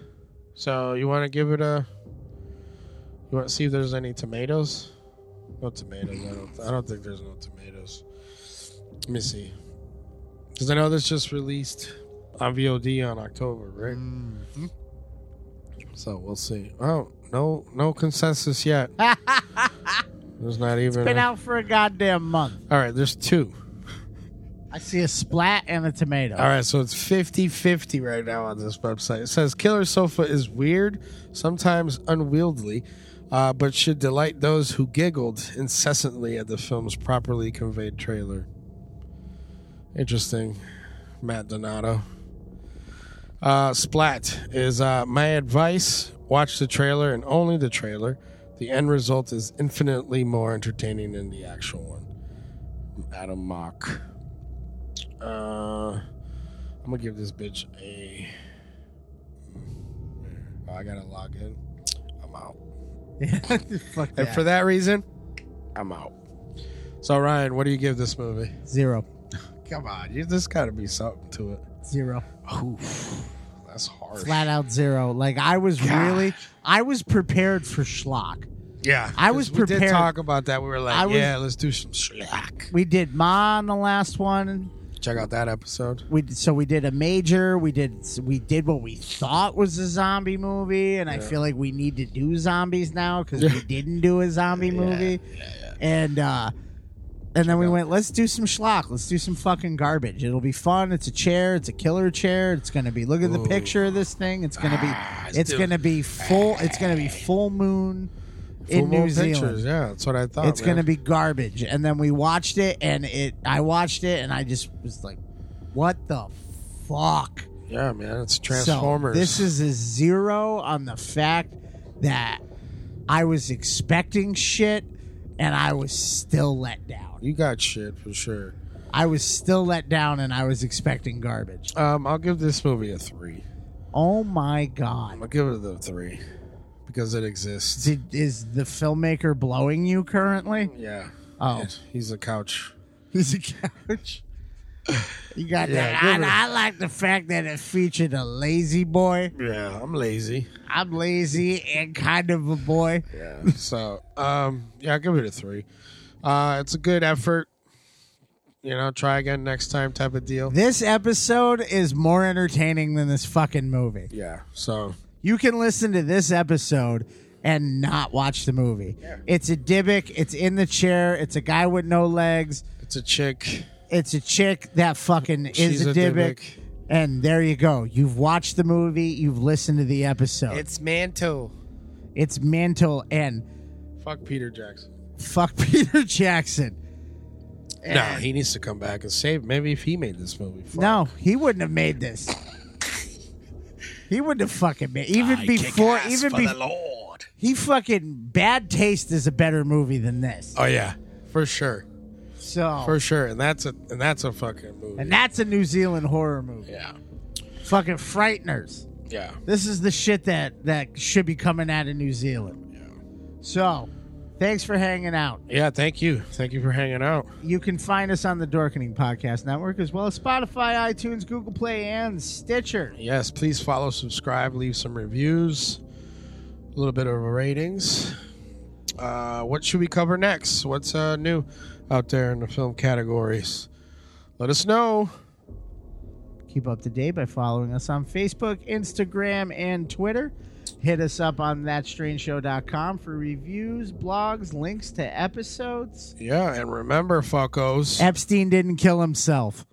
So you want to give it a? You want to see if there's any tomatoes? No tomatoes. I don't. I don't think there's no tomatoes. Let me see. Because I know this just released on VOD on October, right? So we'll see. Oh, no, no consensus yet. there's not even. Been a- out for a goddamn month. All right, there's two. I see a splat and a tomato. All right, so it's 50 50 right now on this website. It says Killer Sofa is weird, sometimes unwieldy, uh, but should delight those who giggled incessantly at the film's properly conveyed trailer. Interesting, Matt Donato. Uh, Splat is uh, my advice watch the trailer and only the trailer. The end result is infinitely more entertaining than the actual one. Adam Mock. Uh, I'm gonna give this bitch a. Oh, I gotta log in. I'm out. *laughs* Fuck And that. for that reason, I'm out. So Ryan, what do you give this movie? Zero. Come on, you, there's got to be something to it. Zero. Oof, that's hard. Flat out zero. Like I was really, I was prepared for schlock. Yeah, I was 'cause We did prepared. talk about that. We were like, I was- yeah, let's do some slack. We did Ma on the last one. Check out that episode. We did- so we did a major. We did we did what we thought was a zombie movie, and I Yeah. feel like we need to do zombies now because we didn't do a zombie movie, and uh, and then we went let's do some schlock, let's do some fucking garbage. It'll be fun. It's a chair. It's a killer chair. It's gonna be look at the Ooh. Ah, picture of this thing. It's gonna be let's it's do it. gonna be full. It's gonna be full moon Full in New moon Zealand. pictures. Yeah, that's what I thought. It's Oh, man. gonna be garbage. And then we watched it, and it. I watched it, and I just was like, "What the fuck?" Yeah, man, it's So, Transformers. this is a zero on the fact that I was expecting shit, and I was still let down. you got shit for sure. I was still let down, and I was expecting garbage. Um, I'll give this movie a three. Oh my I'm god! gonna give it a three because it exists. Did, is the filmmaker blowing you currently? Yeah. Oh. Yeah, he's a couch. He's a couch. You got Yeah, that. give And it- I like the fact that it featured a lazy boy. Yeah, I'm lazy. I'm lazy and kind of a boy. Yeah. *laughs* so, um, yeah, I'll give it a three. Uh, it's a good effort. You know, try again next time type of deal. This episode is more entertaining than this fucking movie. Yeah. So, You can listen to this episode and not watch the movie. It's a Dybbuk. It's in the chair. It's a guy with no legs. it's a chick. It's a chick that fucking She's is a, a Dybbuk. Dybbuk. And there you go. You've watched the movie. You've listened to the episode. It's, Manto. it's mental and Fuck Peter Jackson. fuck *laughs* Peter Jackson. No, he needs to come back and save. Maybe if he made this movie. Fuck. No, he wouldn't have made this. he wouldn't have fucking made even before even be, Lord. he fucking bad taste is a better movie than this. Oh yeah, for sure, So for sure, and that's a and that's a fucking movie. and that's a New Zealand horror movie. yeah, Fucking frighteners. yeah. This is the shit that that should be coming out of New Zealand. So, thanks for hanging out. Yeah, thank you. Thank you for hanging out. You can find us on the Dorkening Podcast Network as well as Spotify, iTunes, Google Play, and Stitcher. Yes, please follow, subscribe, leave some reviews, a little bit of ratings. Uh, what should we cover next? What's uh, new out there in the film categories? Let us know. Keep up to date by following us on Facebook, Instagram, and Twitter. Hit us up on thatstrangeshow.com for reviews, blogs, links to episodes. Yeah, and remember, fuckos. Epstein didn't kill himself.